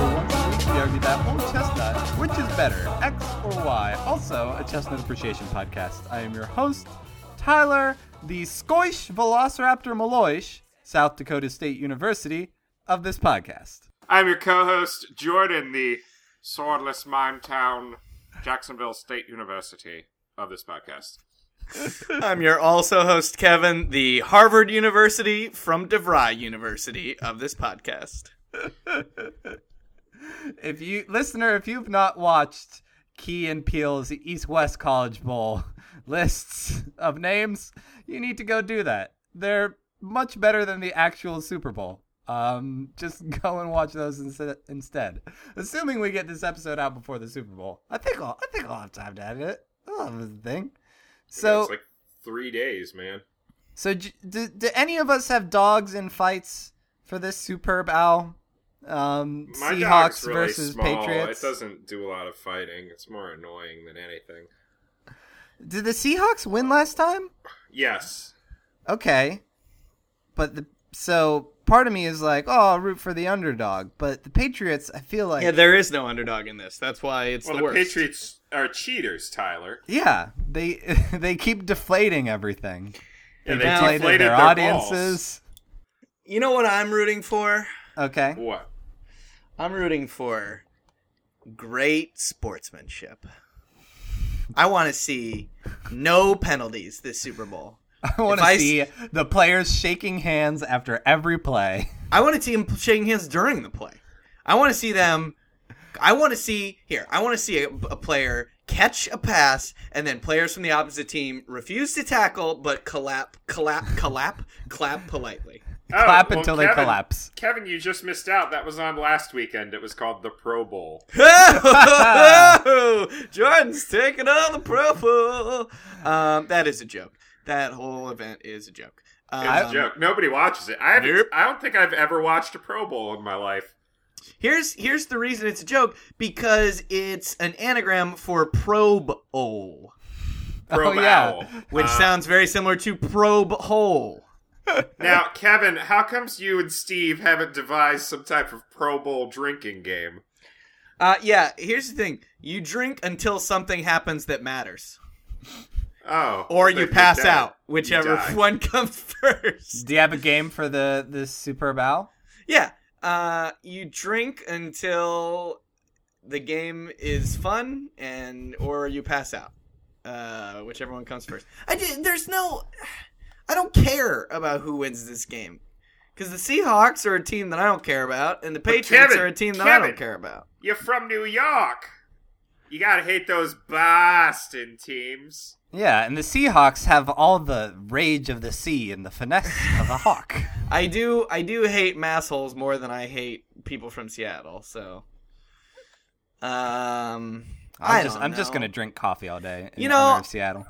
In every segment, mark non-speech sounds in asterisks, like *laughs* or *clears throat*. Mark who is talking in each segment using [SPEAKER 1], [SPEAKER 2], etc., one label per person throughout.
[SPEAKER 1] We argued that or chestnut, which is better, X or Y? Also, a chestnut appreciation podcast. I am your host, Tyler, the Skoish Velociraptor Maloish, South Dakota State University of this podcast.
[SPEAKER 2] I'm your co-host Jordan, the swordless mime town, Jacksonville State University of this podcast.
[SPEAKER 3] I'm your also host, Kevin, the Harvard University from DeVry University of this podcast.
[SPEAKER 1] *laughs* If you listener, if you've not watched Key and Peele's East West College Bowl *laughs* lists of names, you need to go do that. They're much better than the actual Super Bowl. Um, just *laughs* go and watch those inse- instead. Assuming we get this episode out before the Super Bowl, I think I'll I think I'll have time to edit it. I'll have the thing. So
[SPEAKER 2] it's like three days, man.
[SPEAKER 1] so j- do, do any of us have dogs in fights for this superb owl? Um,
[SPEAKER 2] My
[SPEAKER 1] Seahawks
[SPEAKER 2] dog's really
[SPEAKER 1] versus
[SPEAKER 2] small.
[SPEAKER 1] Patriots.
[SPEAKER 2] It doesn't do a lot of fighting. It's more annoying than anything.
[SPEAKER 1] Did the Seahawks win last time?
[SPEAKER 2] Yes,
[SPEAKER 1] Okay, but the so part of me is like, oh, I'll root for the underdog, but the Patriots, I feel like,
[SPEAKER 3] Yeah, there is no underdog in this. That's why it's
[SPEAKER 2] well,
[SPEAKER 3] the
[SPEAKER 2] the,
[SPEAKER 3] worst.
[SPEAKER 2] Patriots are cheaters, Tyler.
[SPEAKER 1] yeah, they *laughs* they keep deflating everything.
[SPEAKER 2] Yeah,
[SPEAKER 3] they Now-
[SPEAKER 1] Deflated their, audiences.
[SPEAKER 3] You know what I'm rooting for?
[SPEAKER 1] Okay,
[SPEAKER 2] balls. What?
[SPEAKER 3] I'm rooting for great sportsmanship. I want to see no penalties this Super Bowl.
[SPEAKER 1] *laughs* I want
[SPEAKER 3] If I
[SPEAKER 1] to
[SPEAKER 3] s-
[SPEAKER 1] see the players shaking hands after every play.
[SPEAKER 3] I want to see them shaking hands during the play. I want to see them. I want to see here. I want to see a, a player catch a pass, and then players from the opposite team refuse to tackle but collap, collap, collap, clap politely.
[SPEAKER 2] Oh,
[SPEAKER 1] Clap
[SPEAKER 2] well,
[SPEAKER 1] until they
[SPEAKER 2] Kevin-
[SPEAKER 1] collapse.
[SPEAKER 2] Kevin, you just missed out. That was on last weekend. It was called the Pro Bowl.
[SPEAKER 3] *laughs* Jordan's taking all the purple. Um, that is a joke. That whole event is a joke. Um,
[SPEAKER 2] It's a joke. Nobody watches it. I haven't,
[SPEAKER 3] Nope.
[SPEAKER 2] I don't think I've ever watched a Pro Bowl in my life.
[SPEAKER 3] Here's here's the reason it's a joke because it's an anagram for probe owl.
[SPEAKER 2] Pro
[SPEAKER 1] Oh, yeah.
[SPEAKER 2] Bowl. Uh,
[SPEAKER 3] which sounds very similar to probe hole.
[SPEAKER 2] Now, Kevin, how comes you and Steve haven't devised some type of Pro Bowl drinking game?
[SPEAKER 3] Uh, yeah, here's the thing: you drink until something happens that matters,
[SPEAKER 2] Oh,
[SPEAKER 3] or
[SPEAKER 2] then
[SPEAKER 3] you pass
[SPEAKER 2] die.
[SPEAKER 3] out, whichever
[SPEAKER 2] You die.
[SPEAKER 3] *laughs* one comes first.
[SPEAKER 1] Do you have a game for the the Super Bowl?
[SPEAKER 3] Yeah, uh, you drink until the game is fun, and or you pass out, uh, whichever one comes first. I did, there's no, I don't care about who wins this game, because the Seahawks are a team that I don't care about, and the Patriots
[SPEAKER 2] Kevin,
[SPEAKER 3] are a team that I
[SPEAKER 2] Kevin.
[SPEAKER 3] don't care about.
[SPEAKER 2] You're from New York. You gotta hate those Boston teams.
[SPEAKER 1] Yeah, and the Seahawks have all the rage of the sea and the finesse of a
[SPEAKER 3] *laughs*
[SPEAKER 1] hawk.
[SPEAKER 3] I do I do hate massholes more than I hate people from Seattle, so um I
[SPEAKER 1] I'm just,
[SPEAKER 3] don't
[SPEAKER 1] I'm just
[SPEAKER 3] know.
[SPEAKER 1] gonna drink coffee all day. In
[SPEAKER 3] You know-
[SPEAKER 1] honor of Seattle.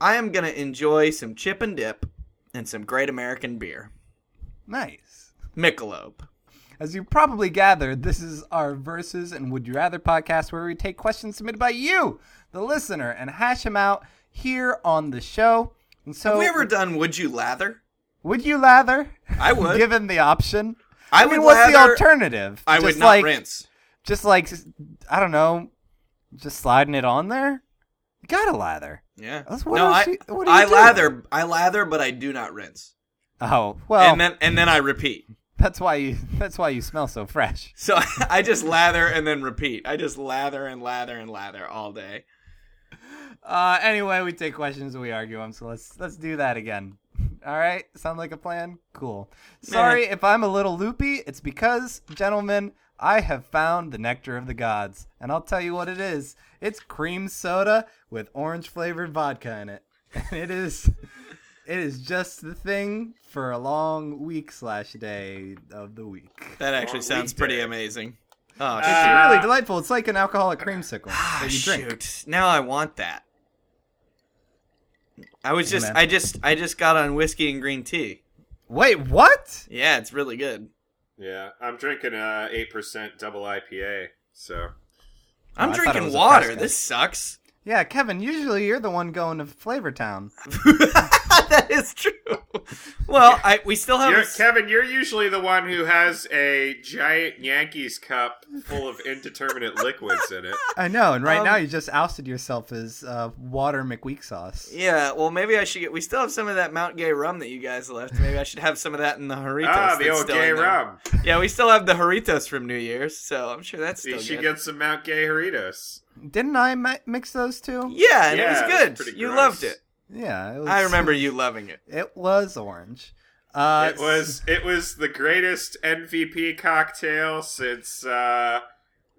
[SPEAKER 3] I am gonna enjoy some chip and dip and some great American beer.
[SPEAKER 1] Nice.
[SPEAKER 3] Michelob.
[SPEAKER 1] As you probably gathered, this is our Versus and Would You Rather podcast where we take questions submitted by you, the listener, and hash them out here on the show. And so,
[SPEAKER 3] Have we ever done Would You Lather?
[SPEAKER 1] would you lather?
[SPEAKER 3] I would.
[SPEAKER 1] *laughs* given the option.
[SPEAKER 3] I
[SPEAKER 1] mean,
[SPEAKER 3] would
[SPEAKER 1] what's the
[SPEAKER 3] lather-
[SPEAKER 1] alternative?
[SPEAKER 3] I would
[SPEAKER 1] Just
[SPEAKER 3] not
[SPEAKER 1] like,
[SPEAKER 3] rinse.
[SPEAKER 1] Just like, I don't know, just sliding it on there? You gotta lather.
[SPEAKER 3] Yeah.
[SPEAKER 1] That's- what
[SPEAKER 3] no,
[SPEAKER 1] else
[SPEAKER 3] I,
[SPEAKER 1] you- what do you
[SPEAKER 3] I
[SPEAKER 1] do?
[SPEAKER 3] lather I lather but I do not rinse.
[SPEAKER 1] Oh, well.
[SPEAKER 3] And then and then I repeat.
[SPEAKER 1] That's why you. *laughs* That's why you smell so fresh.
[SPEAKER 3] So *laughs* I just lather and then repeat. I just lather and lather and lather all day.
[SPEAKER 1] Uh, anyway, we take questions and we argue them. So let's let's do that again. *laughs* All right, sound like a plan? Cool. Sorry if I'm a little loopy. It's because, gentlemen, I have found the nectar of the gods, and I'll tell you what it is. It's cream soda with orange flavored vodka in it, *laughs* and it is. It is just the thing for a long week slash day of the week.
[SPEAKER 3] That actually
[SPEAKER 2] Or
[SPEAKER 3] sounds
[SPEAKER 2] weekday.
[SPEAKER 3] pretty amazing. Oh,
[SPEAKER 1] It's
[SPEAKER 2] Ah.
[SPEAKER 1] really delightful. It's like an alcoholic creamsicle
[SPEAKER 3] Ah,
[SPEAKER 1] that you drink.
[SPEAKER 3] Shoot. Now I want that. I was just
[SPEAKER 1] man.
[SPEAKER 3] I just I just got on whiskey and green tea.
[SPEAKER 1] Wait, what?
[SPEAKER 3] Yeah, it's really good.
[SPEAKER 2] Yeah, I'm drinking a eight percent double IPA. So
[SPEAKER 3] I'm
[SPEAKER 1] Oh, I thought it
[SPEAKER 3] drinking
[SPEAKER 1] was a
[SPEAKER 3] water.
[SPEAKER 1] Fresca.
[SPEAKER 3] This sucks. *laughs*
[SPEAKER 1] Yeah, Kevin, usually you're the one going to Flavor Town.
[SPEAKER 3] that is true. Well, I we still have
[SPEAKER 2] You're, Kevin, you're usually the one who has a giant Yankees cup full of indeterminate liquids in it.
[SPEAKER 1] I know, and right
[SPEAKER 3] Um,
[SPEAKER 1] now you just ousted yourself as uh, water McWeak sauce.
[SPEAKER 3] Yeah, well, maybe I should get. We still have some of that Mount Gay rum that you guys left. Maybe I should have some of that in the Haritos.
[SPEAKER 2] Ah, the
[SPEAKER 3] that's
[SPEAKER 2] old
[SPEAKER 3] still
[SPEAKER 2] gay
[SPEAKER 3] in there.
[SPEAKER 2] rum.
[SPEAKER 3] Yeah, we still have the Haritos from New Year's, so I'm sure that's
[SPEAKER 2] You
[SPEAKER 3] still
[SPEAKER 2] should
[SPEAKER 3] good.
[SPEAKER 2] get some Mount Gay Doritos.
[SPEAKER 1] Didn't I mi- mix those two?
[SPEAKER 3] yeah, and
[SPEAKER 2] Yeah,
[SPEAKER 3] it was
[SPEAKER 2] it's
[SPEAKER 3] good.
[SPEAKER 2] pretty
[SPEAKER 3] You
[SPEAKER 2] gross.
[SPEAKER 3] loved it.
[SPEAKER 1] Yeah, it was,
[SPEAKER 3] I remember you loving it.
[SPEAKER 1] It was orange. Uh,
[SPEAKER 2] it was it was the greatest MVP cocktail since uh,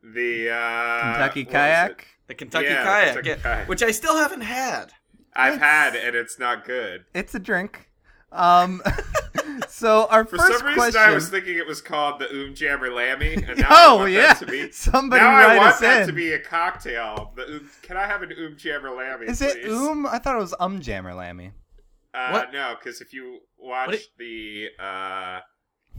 [SPEAKER 2] the uh,
[SPEAKER 1] Kentucky
[SPEAKER 2] what was it?
[SPEAKER 1] kayak.
[SPEAKER 3] The Kentucky
[SPEAKER 2] Yeah, the
[SPEAKER 3] kayak,
[SPEAKER 2] Kentucky
[SPEAKER 3] yeah,
[SPEAKER 2] kayak.
[SPEAKER 3] which I still haven't had.
[SPEAKER 2] I've
[SPEAKER 1] It's-
[SPEAKER 2] had and it's not good.
[SPEAKER 1] It's a drink. Um, *laughs* so our
[SPEAKER 2] For
[SPEAKER 1] first
[SPEAKER 2] some reason,
[SPEAKER 1] question.
[SPEAKER 2] I was thinking it was called the Oom Jammer
[SPEAKER 1] *laughs*
[SPEAKER 2] Lammy, and now I
[SPEAKER 1] oh
[SPEAKER 2] want
[SPEAKER 1] yeah,
[SPEAKER 2] that to
[SPEAKER 1] *laughs*
[SPEAKER 2] be.
[SPEAKER 1] somebody
[SPEAKER 2] now
[SPEAKER 1] write
[SPEAKER 2] I want
[SPEAKER 1] us
[SPEAKER 2] that
[SPEAKER 1] in.
[SPEAKER 2] to be a cocktail. The Oom, can I have an Oom Jammer Lammy?
[SPEAKER 1] Is it
[SPEAKER 2] please?
[SPEAKER 1] oom? I thought it was um jammer lammy.
[SPEAKER 2] Uh,
[SPEAKER 3] What?
[SPEAKER 2] No, because if you watch
[SPEAKER 3] What it-
[SPEAKER 2] the uh,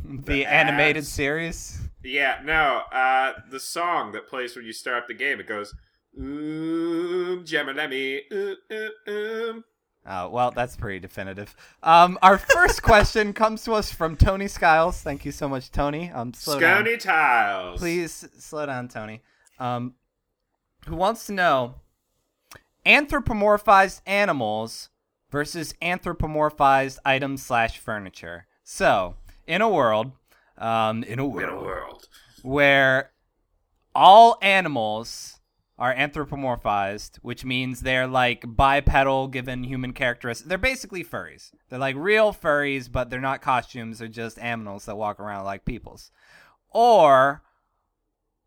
[SPEAKER 1] The,
[SPEAKER 2] ads.
[SPEAKER 1] animated series.
[SPEAKER 2] yeah, no, uh, the song that plays when you start the game, it goes Oom Jammer Lammy, Oom Oom Oom.
[SPEAKER 1] Oh, well, that's pretty definitive. Um, our first *laughs* question comes to us from Tony Skiles. Thank you so much, Tony. Um, slow down.
[SPEAKER 2] Scony tiles.
[SPEAKER 1] Please slow down, Tony. Um, who wants to know anthropomorphized animals versus anthropomorphized items slash furniture? So, in a world, um, in a
[SPEAKER 2] In a
[SPEAKER 1] world,
[SPEAKER 2] world.
[SPEAKER 1] where all animals are anthropomorphized, which means they're like bipedal given human characteristics. They're basically furries. They're like real furries, but they're not costumes. They're just animals that walk around like peoples. Or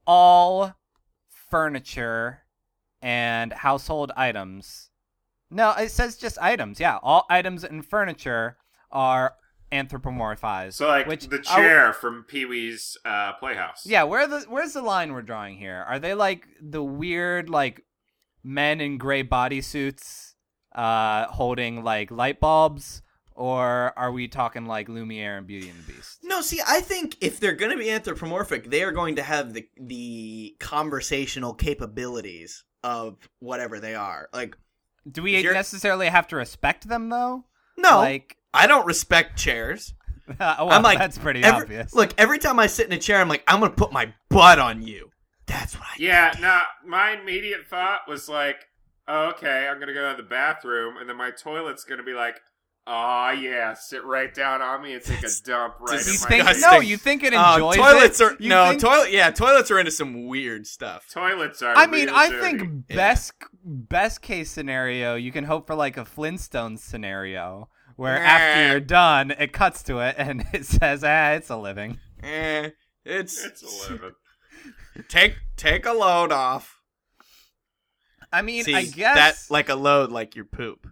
[SPEAKER 1] all furniture and household items. No, it says just items. Yeah, all items and furniture are anthropomorphized.
[SPEAKER 2] So like
[SPEAKER 1] which
[SPEAKER 2] the
[SPEAKER 1] I w-
[SPEAKER 2] chair from Pee Wee's uh, Playhouse.
[SPEAKER 1] yeah, where the where's the line we're drawing here? Are they like the weird like men in gray bodysuits uh holding like light bulbs or are we talking like Lumiere and Beauty and the Beast?
[SPEAKER 3] No, see, I think if they're going to be anthropomorphic, they are going to have the the conversational capabilities of whatever they are. Like,
[SPEAKER 1] Do we
[SPEAKER 3] You're-
[SPEAKER 1] necessarily have to respect them though?
[SPEAKER 3] no,
[SPEAKER 1] Like *laughs*
[SPEAKER 3] I don't respect chairs.
[SPEAKER 1] well,
[SPEAKER 3] I'm like,
[SPEAKER 1] that's pretty
[SPEAKER 3] Every-
[SPEAKER 1] obvious.
[SPEAKER 3] Look, every time I sit in a chair, I'm like, I'm going to put my butt on you. That's what I.
[SPEAKER 2] Yeah, no, my immediate thought was like, oh, okay, I'm gonna go to the bathroom, and then my toilet's gonna be like, oh yeah, sit right down on me and take a dump right
[SPEAKER 1] you
[SPEAKER 2] in my
[SPEAKER 1] think
[SPEAKER 2] face.
[SPEAKER 1] no,
[SPEAKER 3] disgusting.
[SPEAKER 1] you think it
[SPEAKER 3] Uh,
[SPEAKER 1] enjoys
[SPEAKER 3] toilets
[SPEAKER 1] it?
[SPEAKER 3] are
[SPEAKER 1] You
[SPEAKER 3] no
[SPEAKER 1] think-
[SPEAKER 3] toilet. Yeah, toilets are into some weird stuff.
[SPEAKER 2] Toilets are.
[SPEAKER 1] I mean,
[SPEAKER 2] real
[SPEAKER 1] I
[SPEAKER 2] dirty.
[SPEAKER 1] think
[SPEAKER 3] Yeah.
[SPEAKER 1] best best case scenario, you can hope for like a Flintstone scenario where
[SPEAKER 3] Nah.
[SPEAKER 1] after you're done, it cuts to it and *laughs* it says, "Ah, it's a living."
[SPEAKER 3] Eh, it's,
[SPEAKER 2] *laughs* it's eleven.
[SPEAKER 3] take take a load off.
[SPEAKER 1] I mean,
[SPEAKER 3] See,
[SPEAKER 1] I guess
[SPEAKER 3] that like a load, like your poop.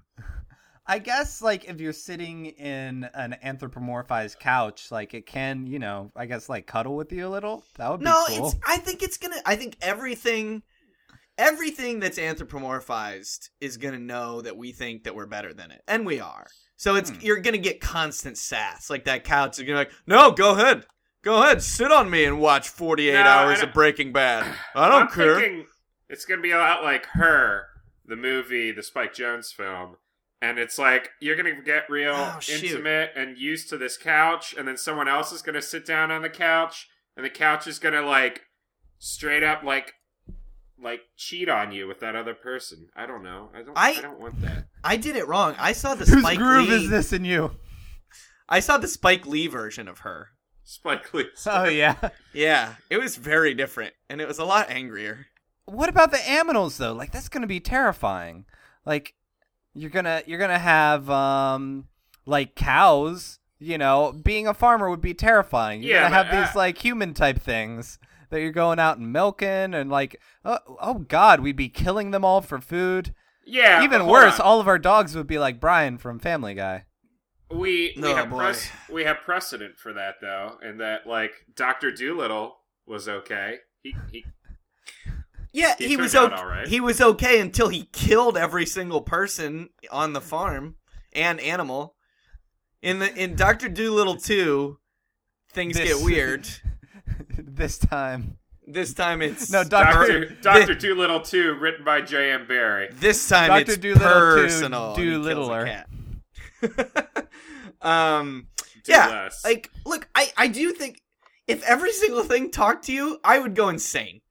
[SPEAKER 1] I guess like if you're sitting in an anthropomorphized couch, like it can, you know, I guess like cuddle with you a little. That would be
[SPEAKER 3] No,
[SPEAKER 1] cool.
[SPEAKER 3] it's. I think it's gonna. I think everything, everything that's anthropomorphized is gonna know that we think that we're better than it, and we are. So
[SPEAKER 1] Hmm.
[SPEAKER 3] it's you're gonna get constant sass like that couch. You're gonna be like, no, go ahead, go ahead, sit on me and watch 48
[SPEAKER 2] No, I
[SPEAKER 3] hours of
[SPEAKER 2] don't-
[SPEAKER 3] Breaking
[SPEAKER 2] *clears throat*
[SPEAKER 3] Bad. I don't
[SPEAKER 2] I'm
[SPEAKER 3] care.
[SPEAKER 2] Thinking it's gonna be a lot like her, the movie, the Spike Jones film, and it's like you're gonna get real
[SPEAKER 3] Oh, shoot.
[SPEAKER 2] intimate and used to this couch, and then someone else is gonna sit down on the couch, and the couch is gonna like straight up like like cheat on you with that other person. I don't know. I don't. I,
[SPEAKER 3] I-
[SPEAKER 2] don't want that. *laughs*
[SPEAKER 3] I did it wrong. I saw the
[SPEAKER 1] *laughs* *laughs* Whose
[SPEAKER 3] Spike
[SPEAKER 1] groove
[SPEAKER 3] Lee.
[SPEAKER 1] is this in you?
[SPEAKER 3] I saw the Spike Lee version of her.
[SPEAKER 2] Spike Lee.
[SPEAKER 1] *laughs* Oh yeah.
[SPEAKER 3] Yeah, it was very different, and it was a lot angrier.
[SPEAKER 1] what about the aminals though? Like that's gonna be terrifying. Like you're gonna you're gonna have um like cows. You know, being a farmer would be terrifying. You're
[SPEAKER 2] Yeah,
[SPEAKER 1] gonna have
[SPEAKER 2] but, uh,
[SPEAKER 1] these like human type things that you're going out and milking and like oh, oh god, we'd be killing them all for food.
[SPEAKER 2] Yeah.
[SPEAKER 1] Even
[SPEAKER 2] hold
[SPEAKER 1] worse,
[SPEAKER 2] on.
[SPEAKER 1] all of our dogs would be like Brian from Family Guy.
[SPEAKER 2] We we
[SPEAKER 3] Oh,
[SPEAKER 2] have
[SPEAKER 3] boy.
[SPEAKER 2] pres- we have precedent for that though, and that like Doctor Doolittle was okay. He he
[SPEAKER 3] Yeah,
[SPEAKER 2] He
[SPEAKER 3] he,
[SPEAKER 2] turned
[SPEAKER 3] was
[SPEAKER 2] out
[SPEAKER 3] okay.
[SPEAKER 2] all right.
[SPEAKER 3] He was okay until he killed every single person on the farm and animal. In the in Doctor Doolittle two, things
[SPEAKER 1] This- *laughs*
[SPEAKER 3] get weird.
[SPEAKER 1] this time,
[SPEAKER 3] This time it's
[SPEAKER 1] no, Doctor
[SPEAKER 2] Doctor *laughs* Doctor Doolittle Two, written by J. M. Barry.
[SPEAKER 3] This time
[SPEAKER 1] Dr.
[SPEAKER 3] it's
[SPEAKER 1] Doolittle two,
[SPEAKER 3] personal. and he kills a
[SPEAKER 1] Doolittler.
[SPEAKER 3] cat. *laughs* um,
[SPEAKER 2] Do
[SPEAKER 3] Yeah,
[SPEAKER 2] less.
[SPEAKER 3] like, look, I, I do think if every single thing talked to you, I would go insane.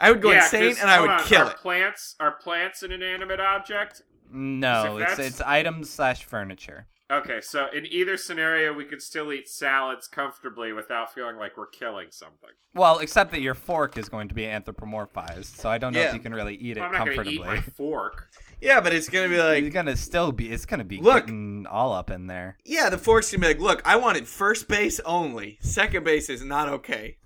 [SPEAKER 3] I would go
[SPEAKER 2] Yeah,
[SPEAKER 3] insane
[SPEAKER 2] 'cause,
[SPEAKER 3] and I
[SPEAKER 2] hold
[SPEAKER 3] would
[SPEAKER 2] on,
[SPEAKER 3] kill
[SPEAKER 2] are
[SPEAKER 3] it.
[SPEAKER 2] Plants are plants an inanimate object? So
[SPEAKER 1] No, it's
[SPEAKER 2] that's-
[SPEAKER 1] it's items slash furniture.
[SPEAKER 2] Okay, so in either scenario, we could still eat salads comfortably without feeling like we're killing something.
[SPEAKER 1] Well, except that your fork is going to be anthropomorphized, so I don't know
[SPEAKER 3] Yeah.
[SPEAKER 1] if you can really eat it
[SPEAKER 2] I'm not going to
[SPEAKER 1] comfortably. *laughs*
[SPEAKER 2] eat my *laughs*
[SPEAKER 3] *laughs*
[SPEAKER 2] fork.
[SPEAKER 3] Yeah, but it's gonna be
[SPEAKER 1] You're
[SPEAKER 3] like,
[SPEAKER 1] gonna still be. It's gonna be
[SPEAKER 3] Look.
[SPEAKER 1] getting all up in there.
[SPEAKER 3] yeah, the fork's gonna be like, look, I wanted first base only. Second base is not okay.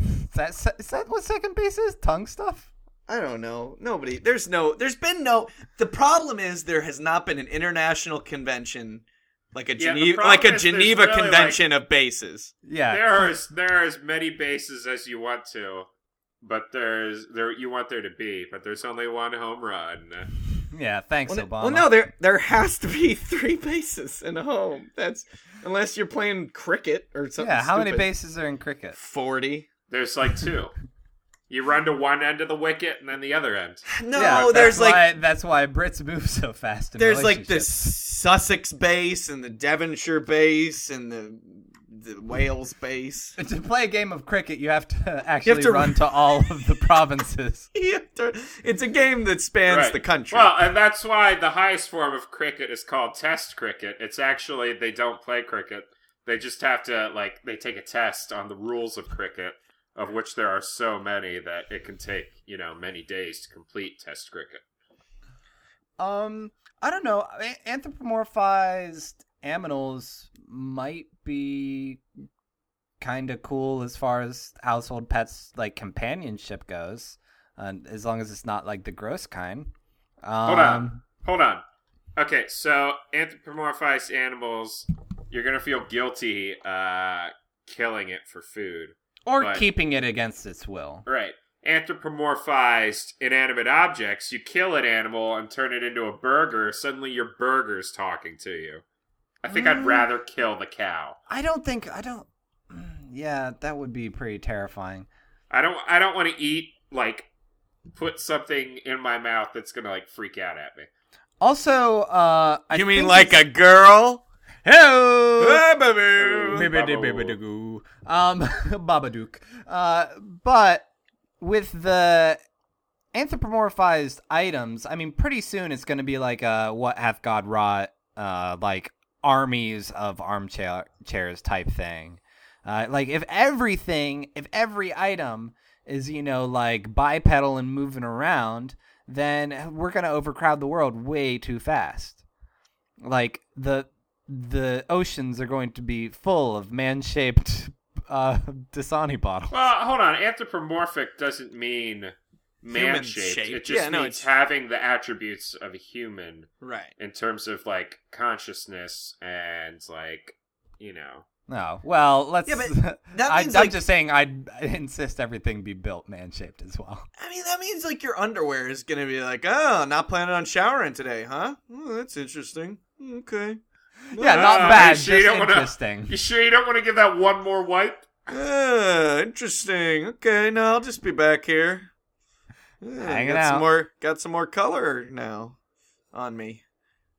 [SPEAKER 1] Is that, is that what second base is? Tongue stuff?
[SPEAKER 3] I don't know. Nobody. There's no. There's been no. The problem is there has not been an international convention like a
[SPEAKER 2] Yeah, the
[SPEAKER 3] Geneva,
[SPEAKER 2] problem
[SPEAKER 3] like a
[SPEAKER 2] is there's
[SPEAKER 3] Geneva
[SPEAKER 2] really, like-
[SPEAKER 3] convention of bases.
[SPEAKER 1] Yeah.
[SPEAKER 2] There are as, there are as many bases as you want to, but there's there you want there to be, but there's only one home run.
[SPEAKER 1] Yeah. Thanks,
[SPEAKER 3] Well, n-
[SPEAKER 1] Obama.
[SPEAKER 3] well, no, there there has to be *laughs* three bases in a home. That's unless you're playing cricket or something.
[SPEAKER 1] Yeah. How many
[SPEAKER 3] stupid.
[SPEAKER 1] bases are in cricket?
[SPEAKER 3] Forty.
[SPEAKER 2] There's like
[SPEAKER 3] *laughs*
[SPEAKER 2] two. You run to one end of the wicket and then the other end.
[SPEAKER 3] No,
[SPEAKER 1] yeah, that's
[SPEAKER 3] there's like
[SPEAKER 1] why- that's why Brits move so fast. In
[SPEAKER 3] there's like the
[SPEAKER 1] relationships.
[SPEAKER 3] Sussex base and the Devonshire base and the the Wales base. *laughs*
[SPEAKER 1] To play a game of cricket, you have to *laughs* actually
[SPEAKER 3] to-
[SPEAKER 1] run to all of the *laughs* provinces.
[SPEAKER 3] Yeah, it's a game that spans
[SPEAKER 2] Right.
[SPEAKER 3] the country.
[SPEAKER 2] Well, and that's why the highest form of cricket is called test cricket. It's actually they don't play cricket. They just have to like they take a test on the rules of cricket, of which there are so many that it can take, you know, many days to complete test cricket.
[SPEAKER 1] Um, I don't know. A- Anthropomorphized aminals might be kind of cool as far as household pets like companionship goes, uh, as long as it's not like the gross kind. Um,
[SPEAKER 2] Hold on. Hold on. Okay, so anthropomorphized animals, you're gonna feel guilty uh killing it for food.
[SPEAKER 1] or
[SPEAKER 2] Right.
[SPEAKER 1] keeping it against its will.
[SPEAKER 2] Right. Anthropomorphized inanimate objects, you kill an animal and turn it into a burger, suddenly your burger's talking to you. I think I'd
[SPEAKER 1] Mm.
[SPEAKER 2] rather kill the cow.
[SPEAKER 1] I don't think I don't. *clears throat* Mm, Yeah, that would be pretty terrifying.
[SPEAKER 2] I don't I don't want to eat like put something in my mouth that's gonna like freak out at me.
[SPEAKER 1] Also, uh, I
[SPEAKER 3] you mean
[SPEAKER 1] think
[SPEAKER 3] like
[SPEAKER 1] it's-
[SPEAKER 3] a girl? *laughs*
[SPEAKER 1] Hello!
[SPEAKER 3] Ah,
[SPEAKER 2] Ooh.
[SPEAKER 3] baby.
[SPEAKER 2] Maybe-
[SPEAKER 1] Bibbidi bibbidi-goo. Um, *laughs* Babadook. Uh, but with the anthropomorphized items, I mean, pretty soon it's going to be like uh, what hath God wrought, uh, like armies of armchair chairs type thing. Uh, like if everything, if every item is you know like bipedal and moving around, then we're going to overcrowd the world way too fast. Like the the oceans are going to be full of man-shaped *laughs* uh Dasani bottles. *laughs*
[SPEAKER 2] Well, hold on. Anthropomorphic doesn't mean man shaped.
[SPEAKER 3] Human-shaped.
[SPEAKER 2] It just
[SPEAKER 3] Yeah, no,
[SPEAKER 2] means
[SPEAKER 3] it's-
[SPEAKER 2] having the attributes of a human
[SPEAKER 3] Right.
[SPEAKER 2] in terms of like consciousness and like you know.
[SPEAKER 1] No, well, let's.
[SPEAKER 3] Yeah, but
[SPEAKER 1] *laughs*
[SPEAKER 3] that
[SPEAKER 1] I,
[SPEAKER 3] means,
[SPEAKER 1] I'm
[SPEAKER 3] like-
[SPEAKER 1] just saying, I'd, i insist everything be built man-shaped as
[SPEAKER 2] *laughs*
[SPEAKER 1] well.
[SPEAKER 3] I mean, that means like your underwear is gonna be like, oh, not planning on showering today, huh? Oh, that's interesting. Okay.
[SPEAKER 1] Yeah, not
[SPEAKER 2] Ah,
[SPEAKER 1] bad,
[SPEAKER 2] you sure you
[SPEAKER 1] just
[SPEAKER 2] don't wanna-
[SPEAKER 1] interesting.
[SPEAKER 2] You sure you don't want to give that one more wipe?
[SPEAKER 3] Uh, interesting. Okay, now I'll just be back here. Uh,
[SPEAKER 1] Hanging
[SPEAKER 3] got
[SPEAKER 1] out.
[SPEAKER 3] Some more, got some more color now on me.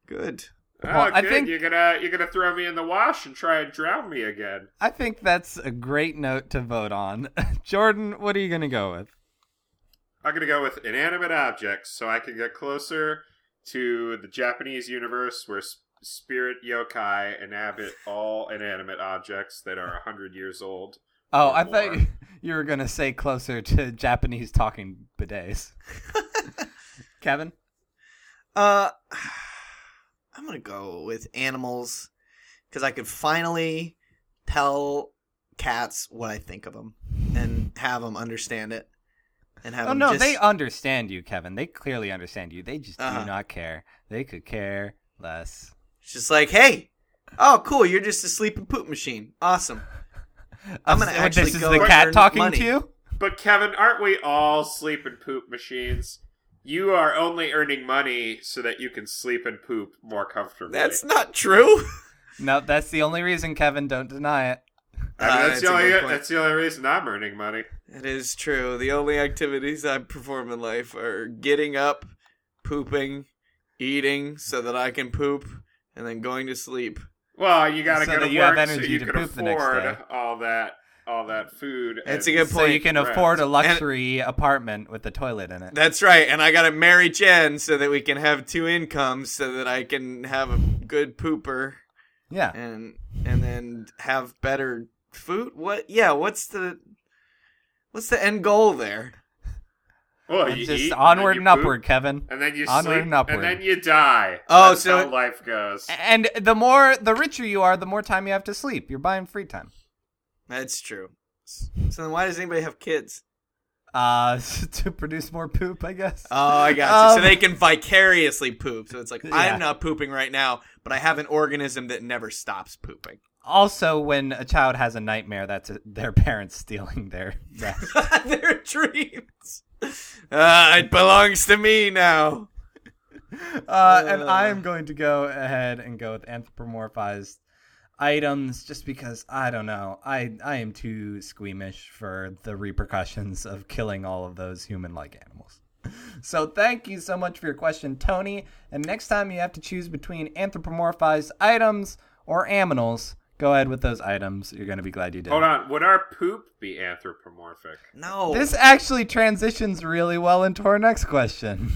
[SPEAKER 3] Good.
[SPEAKER 1] Well,
[SPEAKER 2] oh,
[SPEAKER 1] I
[SPEAKER 2] good.
[SPEAKER 1] think-
[SPEAKER 2] you're gonna you're gonna throw me in the wash and try and drown me again.
[SPEAKER 1] I think that's a great note to vote on. *laughs* Jordan, what are you gonna go with?
[SPEAKER 2] I'm gonna go with inanimate objects so I can get closer to the Japanese universe where s- spirit yokai inhabit all inanimate objects that are hundred years old.
[SPEAKER 1] Oh,
[SPEAKER 2] Or
[SPEAKER 1] I thought
[SPEAKER 2] more.
[SPEAKER 1] you, *laughs* you were gonna say closer to Japanese talking *laughs* bidets. Kevin,
[SPEAKER 3] Uh, *sighs* I'm gonna go with animals because I could finally tell cats what I think of them and have them understand it and have
[SPEAKER 1] oh
[SPEAKER 3] them
[SPEAKER 1] no,
[SPEAKER 3] just-
[SPEAKER 1] they understand you, Kevin. They clearly understand you. They just
[SPEAKER 3] Uh-huh.
[SPEAKER 1] do not care. They could care less.
[SPEAKER 3] it's just like, hey, oh cool, you're just a sleep and poop machine. Awesome. I'm gonna
[SPEAKER 1] Oh, so
[SPEAKER 3] actually
[SPEAKER 1] This is
[SPEAKER 3] go
[SPEAKER 1] the
[SPEAKER 3] and
[SPEAKER 1] cat
[SPEAKER 3] earn
[SPEAKER 1] talking
[SPEAKER 3] money.
[SPEAKER 1] to you.
[SPEAKER 2] But Kevin, aren't we all sleep and poop machines? You are only earning money so that you can sleep and poop more comfortably.
[SPEAKER 3] That's not true. *laughs*
[SPEAKER 1] No, that's the only reason, Kevin. Don't deny it.
[SPEAKER 2] I mean,
[SPEAKER 3] Uh,
[SPEAKER 2] that's,
[SPEAKER 3] that's a
[SPEAKER 2] the only,
[SPEAKER 3] good point.
[SPEAKER 2] that's the only reason I'm earning money.
[SPEAKER 3] It is true. The only activities I perform in life are getting up, pooping, eating so that I can poop, and then going to sleep.
[SPEAKER 2] Well, you got to
[SPEAKER 1] So
[SPEAKER 2] go
[SPEAKER 1] that
[SPEAKER 2] to
[SPEAKER 1] you have
[SPEAKER 2] work so
[SPEAKER 1] energy
[SPEAKER 2] you
[SPEAKER 1] to
[SPEAKER 2] can
[SPEAKER 1] poop the next
[SPEAKER 2] afford
[SPEAKER 1] day.
[SPEAKER 2] all that all that food.
[SPEAKER 3] That's
[SPEAKER 2] and
[SPEAKER 3] a good
[SPEAKER 2] safe
[SPEAKER 1] So you can
[SPEAKER 2] rent.
[SPEAKER 1] afford a luxury apartment with a toilet in it.
[SPEAKER 3] That's right, and I gotta marry Jen so that we can have two incomes, so that I can have a good pooper
[SPEAKER 1] Yeah.
[SPEAKER 3] and and then have better food. What? Yeah. What's the what's the end goal there?
[SPEAKER 2] Well,
[SPEAKER 1] And
[SPEAKER 2] you
[SPEAKER 1] just
[SPEAKER 2] eat,
[SPEAKER 1] onward and
[SPEAKER 2] then you poop,
[SPEAKER 1] upward, Kevin.
[SPEAKER 2] and then you
[SPEAKER 1] Onward
[SPEAKER 2] sleep,
[SPEAKER 1] and upward. Eh,
[SPEAKER 2] and then you die.
[SPEAKER 3] Oh,
[SPEAKER 2] That's
[SPEAKER 3] so
[SPEAKER 2] how
[SPEAKER 3] it-
[SPEAKER 2] life goes.
[SPEAKER 1] And the more, the richer you are, the more time you have to sleep. You're buying free time.
[SPEAKER 3] That's true. So then, why does anybody have kids?
[SPEAKER 1] Uh, *laughs* to produce more poop, I guess.
[SPEAKER 3] Oh, I got you.
[SPEAKER 1] Um,
[SPEAKER 3] so they can vicariously poop. So it's like
[SPEAKER 1] Yeah.
[SPEAKER 3] I'm not pooping right now, but I have an organism that never stops pooping.
[SPEAKER 1] Also, when a child has a nightmare, that's their parents stealing their *laughs* rest.
[SPEAKER 3] *laughs* Their dreams. Ah, it belongs to me now.
[SPEAKER 1] uh, and
[SPEAKER 3] Uh.
[SPEAKER 1] I am going to go ahead and go with anthropomorphized items, just because I don't know. I I am too squeamish for the repercussions of killing all of those human-like animals. *laughs* So thank you so much for your question, Tony. And next time you have to choose between anthropomorphized items or aminals, go ahead with those items. You're going to be glad you did.
[SPEAKER 2] Hold on, would our poop be anthropomorphic?
[SPEAKER 3] No.
[SPEAKER 1] This actually transitions really well into our next question.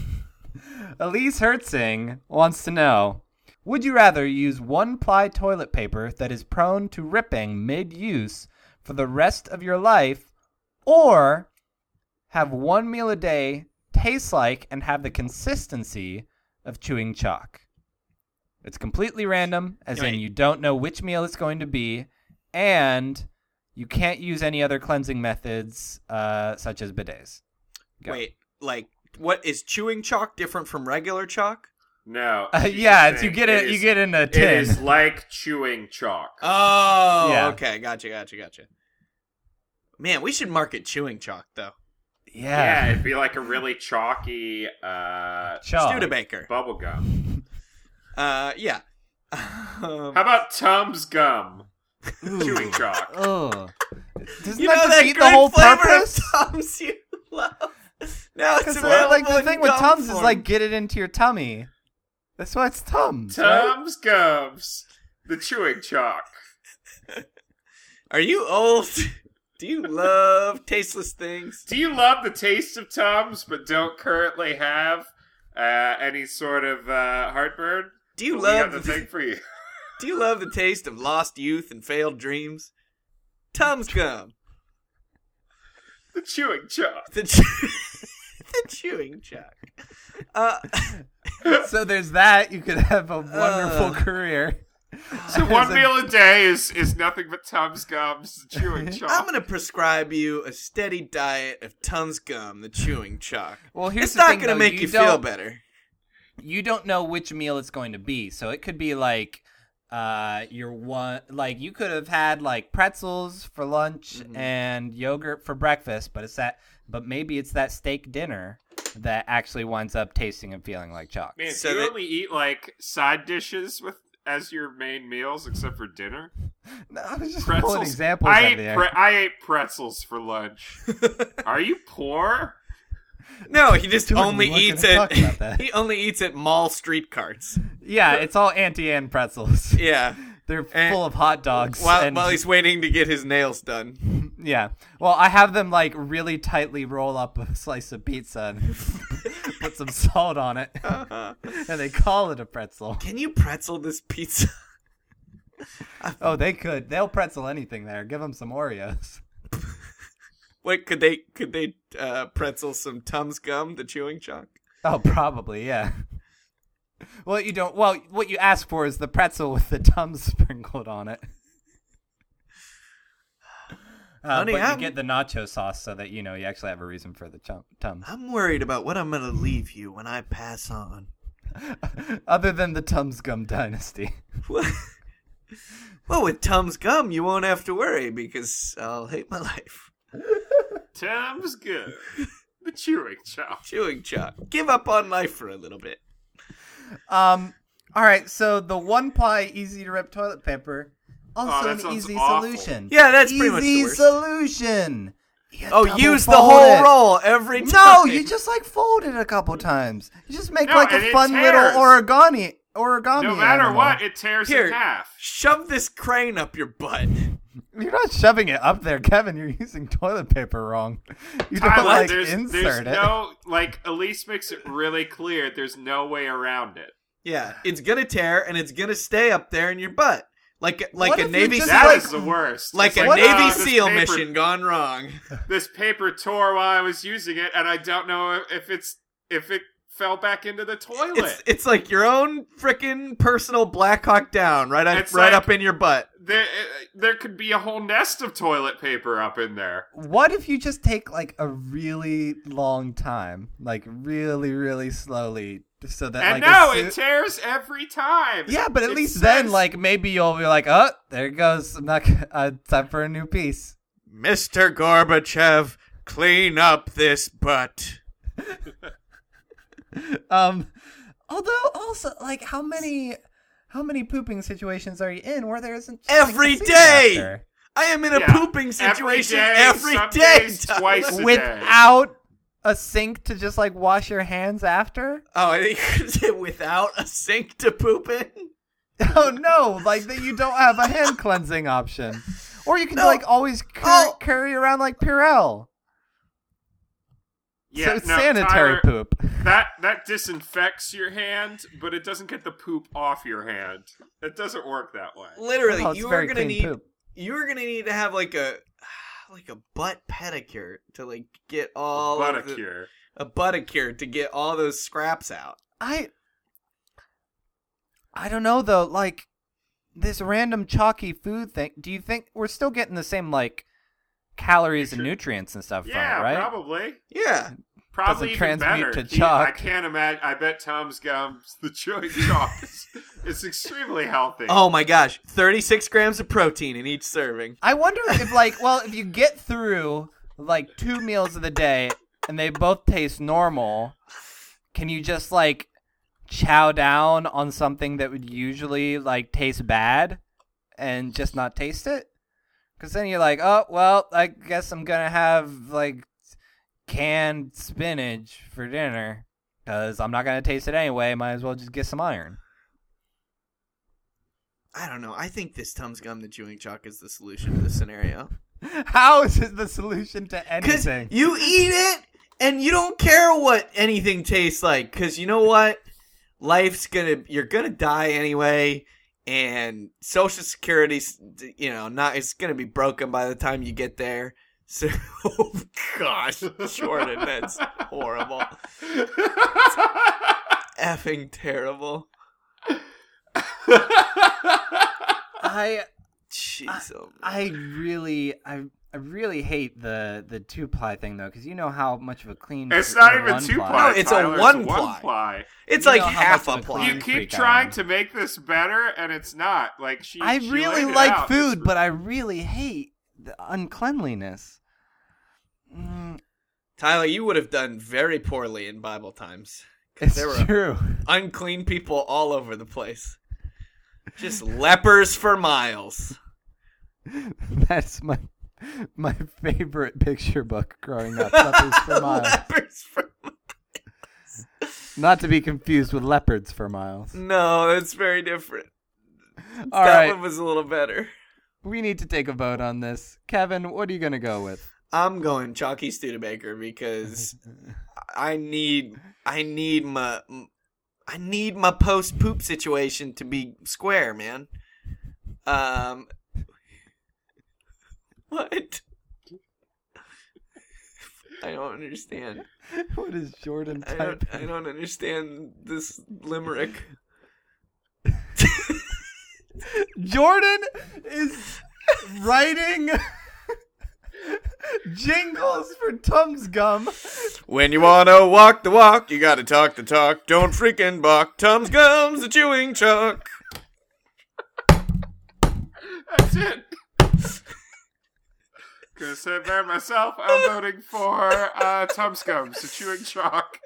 [SPEAKER 1] *laughs* Elise Hertzing wants to know Would you rather use one ply toilet paper that is prone to ripping mid use for the rest of your life, or have one meal a day taste like and have the consistency of chewing chalk? It's completely random, as in
[SPEAKER 3] Wait.
[SPEAKER 1] you don't know which meal it's going to be, and you can't use any other cleansing methods, uh, such as bidets. Go.
[SPEAKER 3] Wait, like what is chewing chalk different from regular chalk?
[SPEAKER 2] No.
[SPEAKER 1] Uh,
[SPEAKER 2] she's
[SPEAKER 1] *laughs* yeah, it's,
[SPEAKER 2] just
[SPEAKER 1] you
[SPEAKER 2] saying
[SPEAKER 1] get it. you
[SPEAKER 2] is-
[SPEAKER 1] get in a
[SPEAKER 2] It
[SPEAKER 1] tin.
[SPEAKER 2] is like chewing chalk.
[SPEAKER 3] Oh,
[SPEAKER 1] Yeah.
[SPEAKER 3] okay, gotcha, gotcha, gotcha. Man, we should market chewing chalk though.
[SPEAKER 2] yeah,
[SPEAKER 1] yeah,
[SPEAKER 2] it'd be like a really chalky uh,
[SPEAKER 1] Chalk.
[SPEAKER 3] Studebaker.
[SPEAKER 2] bubble gum.
[SPEAKER 3] Uh, yeah. *laughs* Um,
[SPEAKER 2] How about Tums gum? Chewing chalk.
[SPEAKER 1] Oh, doesn't
[SPEAKER 3] you know
[SPEAKER 1] that
[SPEAKER 3] that
[SPEAKER 1] defeat the
[SPEAKER 3] great
[SPEAKER 1] whole
[SPEAKER 3] flavor *laughs*
[SPEAKER 1] purpose?
[SPEAKER 3] of Tums you love. Now it's
[SPEAKER 1] Because like
[SPEAKER 3] available
[SPEAKER 1] the
[SPEAKER 3] in
[SPEAKER 1] thing with
[SPEAKER 3] gum
[SPEAKER 1] tums is
[SPEAKER 3] form.
[SPEAKER 1] like get it into your tummy. That's why it's tums. right?
[SPEAKER 2] Tums gums. The chewing chalk.
[SPEAKER 3] Are you old? *laughs* Do you love tasteless things?
[SPEAKER 2] Do you love the taste of Tums but don't currently have uh, any sort of uh, heartburn?
[SPEAKER 3] Do you
[SPEAKER 2] We
[SPEAKER 3] love
[SPEAKER 2] got the
[SPEAKER 3] *laughs*
[SPEAKER 2] thing for you. *laughs*
[SPEAKER 3] Do you love the taste of lost youth and failed dreams? Tums gum.
[SPEAKER 2] The chewing
[SPEAKER 3] *laughs*
[SPEAKER 2] chalk.
[SPEAKER 3] The, chew- the chewing chalk. Uh,
[SPEAKER 1] So there's that. You could have a wonderful
[SPEAKER 3] Ugh.
[SPEAKER 1] career.
[SPEAKER 2] So
[SPEAKER 1] There's
[SPEAKER 2] one
[SPEAKER 1] a-
[SPEAKER 2] meal a day is is nothing but Tums
[SPEAKER 3] *laughs*
[SPEAKER 2] gums, the chewing chalk.
[SPEAKER 3] I'm gonna prescribe you a steady diet of Tums gum, the chewing chalk.
[SPEAKER 1] Well, here's
[SPEAKER 3] it's
[SPEAKER 1] the
[SPEAKER 3] not
[SPEAKER 1] thing,
[SPEAKER 3] gonna
[SPEAKER 1] though,
[SPEAKER 3] make
[SPEAKER 1] you
[SPEAKER 3] you, feel
[SPEAKER 1] don't-
[SPEAKER 3] better.
[SPEAKER 1] you don't know which meal it's going to be. So it could be like uh your one like you could have had like pretzels for lunch
[SPEAKER 3] Mm-hmm.
[SPEAKER 1] and yogurt for breakfast, but it's that but maybe it's that steak dinner that actually winds up tasting and feeling like chalk.
[SPEAKER 2] Man,
[SPEAKER 3] So
[SPEAKER 2] do you
[SPEAKER 3] that-
[SPEAKER 2] only eat like side dishes with as your main meals except for dinner?
[SPEAKER 1] *laughs* No, I was just
[SPEAKER 2] Pretzels.
[SPEAKER 1] pulling examples
[SPEAKER 2] I
[SPEAKER 1] out of
[SPEAKER 2] ate
[SPEAKER 1] the
[SPEAKER 2] pre-
[SPEAKER 1] air.
[SPEAKER 2] I ate pretzels for
[SPEAKER 3] *laughs*
[SPEAKER 2] lunch. Are you poor?
[SPEAKER 3] No, he just
[SPEAKER 1] Dude,
[SPEAKER 3] only
[SPEAKER 1] we're not
[SPEAKER 3] eats
[SPEAKER 1] gonna
[SPEAKER 3] at
[SPEAKER 1] talk about that.
[SPEAKER 3] *laughs* he only eats at mall street carts.
[SPEAKER 1] Yeah, it's all Auntie Anne pretzels.
[SPEAKER 3] Yeah,
[SPEAKER 1] *laughs* They're
[SPEAKER 3] And-
[SPEAKER 1] full of hot dogs.
[SPEAKER 3] while
[SPEAKER 1] and
[SPEAKER 3] while he's waiting to get his nails done. *laughs*
[SPEAKER 1] Yeah. Well, I have them like really tightly roll up a slice of pizza and *laughs* put some salt on it, and they call it a pretzel.
[SPEAKER 3] Can you pretzel this pizza? *laughs*
[SPEAKER 1] Oh, they could. They'll pretzel anything there. Give them some Oreos.
[SPEAKER 3] What could they could they uh, pretzel some Tums gum, the chewing chalk?
[SPEAKER 1] Oh, probably yeah. Well, you don't. Well, what you ask for is the pretzel with the tums sprinkled on it. Uh,
[SPEAKER 3] Honey,
[SPEAKER 1] but you
[SPEAKER 3] I'm-
[SPEAKER 1] get the nacho sauce so that you know you actually have a reason for the chum- tums.
[SPEAKER 3] I'm worried about what I'm gonna leave you when I pass on.
[SPEAKER 1] Other than the Tums Gum Dynasty.
[SPEAKER 3] *laughs* well, with Tums gum, you won't have to worry because I'll hate my life.
[SPEAKER 2] Tums
[SPEAKER 3] *laughs*
[SPEAKER 2] good. The chewing chalk.
[SPEAKER 3] Chewing chalk. Give up on life for a little bit.
[SPEAKER 1] Um. All right. So the one ply easy to rip toilet paper,
[SPEAKER 2] Oh,
[SPEAKER 1] also
[SPEAKER 2] that
[SPEAKER 1] an
[SPEAKER 2] sounds
[SPEAKER 1] easy
[SPEAKER 2] awful.
[SPEAKER 1] solution.
[SPEAKER 3] Yeah, that's
[SPEAKER 1] easy
[SPEAKER 3] pretty much the worst.
[SPEAKER 1] solution. You
[SPEAKER 3] Oh,
[SPEAKER 1] double
[SPEAKER 3] use the
[SPEAKER 1] fold
[SPEAKER 3] whole
[SPEAKER 1] it.
[SPEAKER 3] roll every time.
[SPEAKER 1] No, you just like fold it a couple times. You just make
[SPEAKER 2] No,
[SPEAKER 1] like a
[SPEAKER 2] and it
[SPEAKER 1] fun
[SPEAKER 2] tears.
[SPEAKER 1] little origami. origami.
[SPEAKER 2] No matter
[SPEAKER 1] animal.
[SPEAKER 2] what, it tears
[SPEAKER 3] Here.
[SPEAKER 2] in half.
[SPEAKER 3] Shove this crane up your butt.
[SPEAKER 1] You're not shoving it up there, Kevin. You're using toilet paper wrong. You don't
[SPEAKER 2] Tyler,
[SPEAKER 1] like
[SPEAKER 2] there's,
[SPEAKER 1] insert
[SPEAKER 2] there's
[SPEAKER 1] it.
[SPEAKER 2] no like. Elise makes it really clear. There's no way around it.
[SPEAKER 3] Yeah, it's gonna tear and it's gonna stay up there in your butt, like like
[SPEAKER 1] What
[SPEAKER 3] a
[SPEAKER 1] if you
[SPEAKER 3] Navy
[SPEAKER 1] just,
[SPEAKER 2] That
[SPEAKER 1] like-
[SPEAKER 2] is the worst.
[SPEAKER 3] like
[SPEAKER 2] It's
[SPEAKER 3] a
[SPEAKER 1] what if-
[SPEAKER 3] Navy
[SPEAKER 2] "Oh, this
[SPEAKER 3] SEAL
[SPEAKER 2] paper-
[SPEAKER 3] mission gone wrong.
[SPEAKER 2] This paper tore while I was using it, and I don't know if it's if it fell back into the toilet.
[SPEAKER 3] It's it's like your own freaking personal Black Hawk Down, right up,
[SPEAKER 2] It's
[SPEAKER 3] right
[SPEAKER 2] like-
[SPEAKER 3] up in your butt.
[SPEAKER 2] there, eh, there could be a whole nest of toilet paper up in there.
[SPEAKER 1] What if you just take like a really long time, like really, really slowly, so that
[SPEAKER 2] And
[SPEAKER 1] like
[SPEAKER 2] no,
[SPEAKER 1] as
[SPEAKER 2] it
[SPEAKER 1] soo-
[SPEAKER 2] tears every time.
[SPEAKER 1] yeah, but at
[SPEAKER 2] It
[SPEAKER 1] least
[SPEAKER 2] says-
[SPEAKER 1] then, like maybe you'll be like, oh, there it goes. I'm not. gonna- Uh, time for a new piece.
[SPEAKER 3] Mr. Gorbachev, clean up this butt.
[SPEAKER 1] Um, although also like how many. How many pooping situations are you in where there isn't just, like, a
[SPEAKER 3] Every
[SPEAKER 1] seat
[SPEAKER 3] day!
[SPEAKER 1] after?
[SPEAKER 3] I am in a
[SPEAKER 2] Yeah.
[SPEAKER 3] pooping
[SPEAKER 2] Every
[SPEAKER 3] situation
[SPEAKER 2] day,
[SPEAKER 3] every
[SPEAKER 2] some
[SPEAKER 3] day.
[SPEAKER 2] days
[SPEAKER 3] Tyler.
[SPEAKER 2] twice a day.
[SPEAKER 1] without a sink to just like wash your hands after? *laughs*
[SPEAKER 3] Oh, I think you could say without a sink to poop in.
[SPEAKER 1] Oh no, like that you don't have a hand cleansing option. Or you can
[SPEAKER 3] No.
[SPEAKER 1] like always cur-
[SPEAKER 3] Oh.
[SPEAKER 1] carry around like Purell. so
[SPEAKER 2] Yeah,
[SPEAKER 1] it's
[SPEAKER 2] no,
[SPEAKER 1] sanitary
[SPEAKER 2] Tyler,
[SPEAKER 1] poop. *laughs* Oh,
[SPEAKER 2] That that disinfects your hand, but it doesn't get the poop off your hand. It doesn't work that way.
[SPEAKER 3] Literally,
[SPEAKER 1] Oh, it's
[SPEAKER 3] you are
[SPEAKER 1] very
[SPEAKER 3] gonna
[SPEAKER 1] clean
[SPEAKER 3] need
[SPEAKER 1] poop.
[SPEAKER 3] you are gonna need to have like a *sighs* like a butt pedicure to like get all
[SPEAKER 2] But a
[SPEAKER 3] of the-
[SPEAKER 2] cure.
[SPEAKER 3] a butticure to get all those scraps out.
[SPEAKER 1] I I don't know though, like this random chalky food thing. Do you think we're still getting the same like calories and nutrients and stuff
[SPEAKER 2] Yeah,
[SPEAKER 1] from it, right?
[SPEAKER 2] probably.
[SPEAKER 3] Yeah,
[SPEAKER 2] Probably even
[SPEAKER 1] transmute
[SPEAKER 2] better.
[SPEAKER 1] to
[SPEAKER 2] He-
[SPEAKER 1] chalk.
[SPEAKER 2] I can't imagine. I bet Tom's gums, *laughs* the chewing chalk, is, is extremely healthy. *laughs*
[SPEAKER 3] Oh my gosh, 36 grams of protein in each serving.
[SPEAKER 1] I wonder if like well, if you get through like two meals of the day and they both taste normal, can you just like chow down on something that would usually like taste bad and just not taste it? Cuz then you're like, "Oh, well, I guess I'm going to have like canned spinach for dinner cuz I'm not going to taste it anyway, might as well just get some iron." *laughs*
[SPEAKER 3] I don't know. I think this Tums gum, the chewing chalk, is the solution to this scenario.
[SPEAKER 1] How is it the solution to
[SPEAKER 3] Because
[SPEAKER 1] anything?
[SPEAKER 3] you eat it and you don't care what anything tastes like. Because you know what? Life's gonna, you're gonna die anyway. And Social Security's, you know, not, it's gonna be broken by the time you get there. *laughs* So, gosh, Jordan, that's horrible. Effing terrible.
[SPEAKER 1] I
[SPEAKER 3] Jeez, oh man.
[SPEAKER 1] I really, I, I really hate the the two ply thing though, because you know how much of a clean.
[SPEAKER 2] *laughs* it's
[SPEAKER 1] a
[SPEAKER 2] not even
[SPEAKER 1] one
[SPEAKER 2] two
[SPEAKER 1] ply.
[SPEAKER 2] ply.
[SPEAKER 3] No, it's a
[SPEAKER 2] Tyler,
[SPEAKER 3] one ply.
[SPEAKER 2] ply.
[SPEAKER 3] It's
[SPEAKER 1] You
[SPEAKER 3] like
[SPEAKER 1] know how
[SPEAKER 3] half
[SPEAKER 1] much
[SPEAKER 3] a
[SPEAKER 1] of a
[SPEAKER 3] plot.
[SPEAKER 2] You
[SPEAKER 1] clean- I'm
[SPEAKER 2] keep
[SPEAKER 1] freak out.
[SPEAKER 2] trying to make this better, and it's not. Like she,
[SPEAKER 1] I
[SPEAKER 2] she
[SPEAKER 1] really
[SPEAKER 2] laid it
[SPEAKER 1] like
[SPEAKER 2] out.
[SPEAKER 1] food, but I really hate the uncleanliness. Mm,
[SPEAKER 3] Tyler, you would have done very poorly in Bible times. 'Cause
[SPEAKER 1] it's
[SPEAKER 3] there were
[SPEAKER 1] true. *laughs*
[SPEAKER 3] unclean people all over the place. Just lepers for miles.
[SPEAKER 1] That's my my favorite picture book growing up. Leopards *laughs* for
[SPEAKER 3] *laughs*
[SPEAKER 1] miles.
[SPEAKER 3] Lepers for miles.
[SPEAKER 1] Not to be confused with leopards for miles.
[SPEAKER 3] No, that's very different.
[SPEAKER 1] All
[SPEAKER 3] Mm, that
[SPEAKER 1] right,
[SPEAKER 3] one was a little better.
[SPEAKER 1] we need to take a vote on this. Kevin, what are you gonna go
[SPEAKER 3] *laughs*
[SPEAKER 1] with?
[SPEAKER 3] I'm going Chalky Studebaker because I need I need my I need my post poop situation to be square, man. Um *laughs* What? I don't understand.
[SPEAKER 1] What is Jordan
[SPEAKER 3] I
[SPEAKER 1] typing?
[SPEAKER 3] don't I don't understand this limerick.
[SPEAKER 1] Jordan is writing jingles for Tums
[SPEAKER 3] *laughs*
[SPEAKER 1] Gum.
[SPEAKER 3] When you wanna walk the walk, you gotta talk the talk. Don't freaking balk. Tums gums the chewing chalk.
[SPEAKER 2] *laughs* That's it. *laughs* Gonna say it by myself. I'm voting for uh, Tom Scum, so chewing chalk.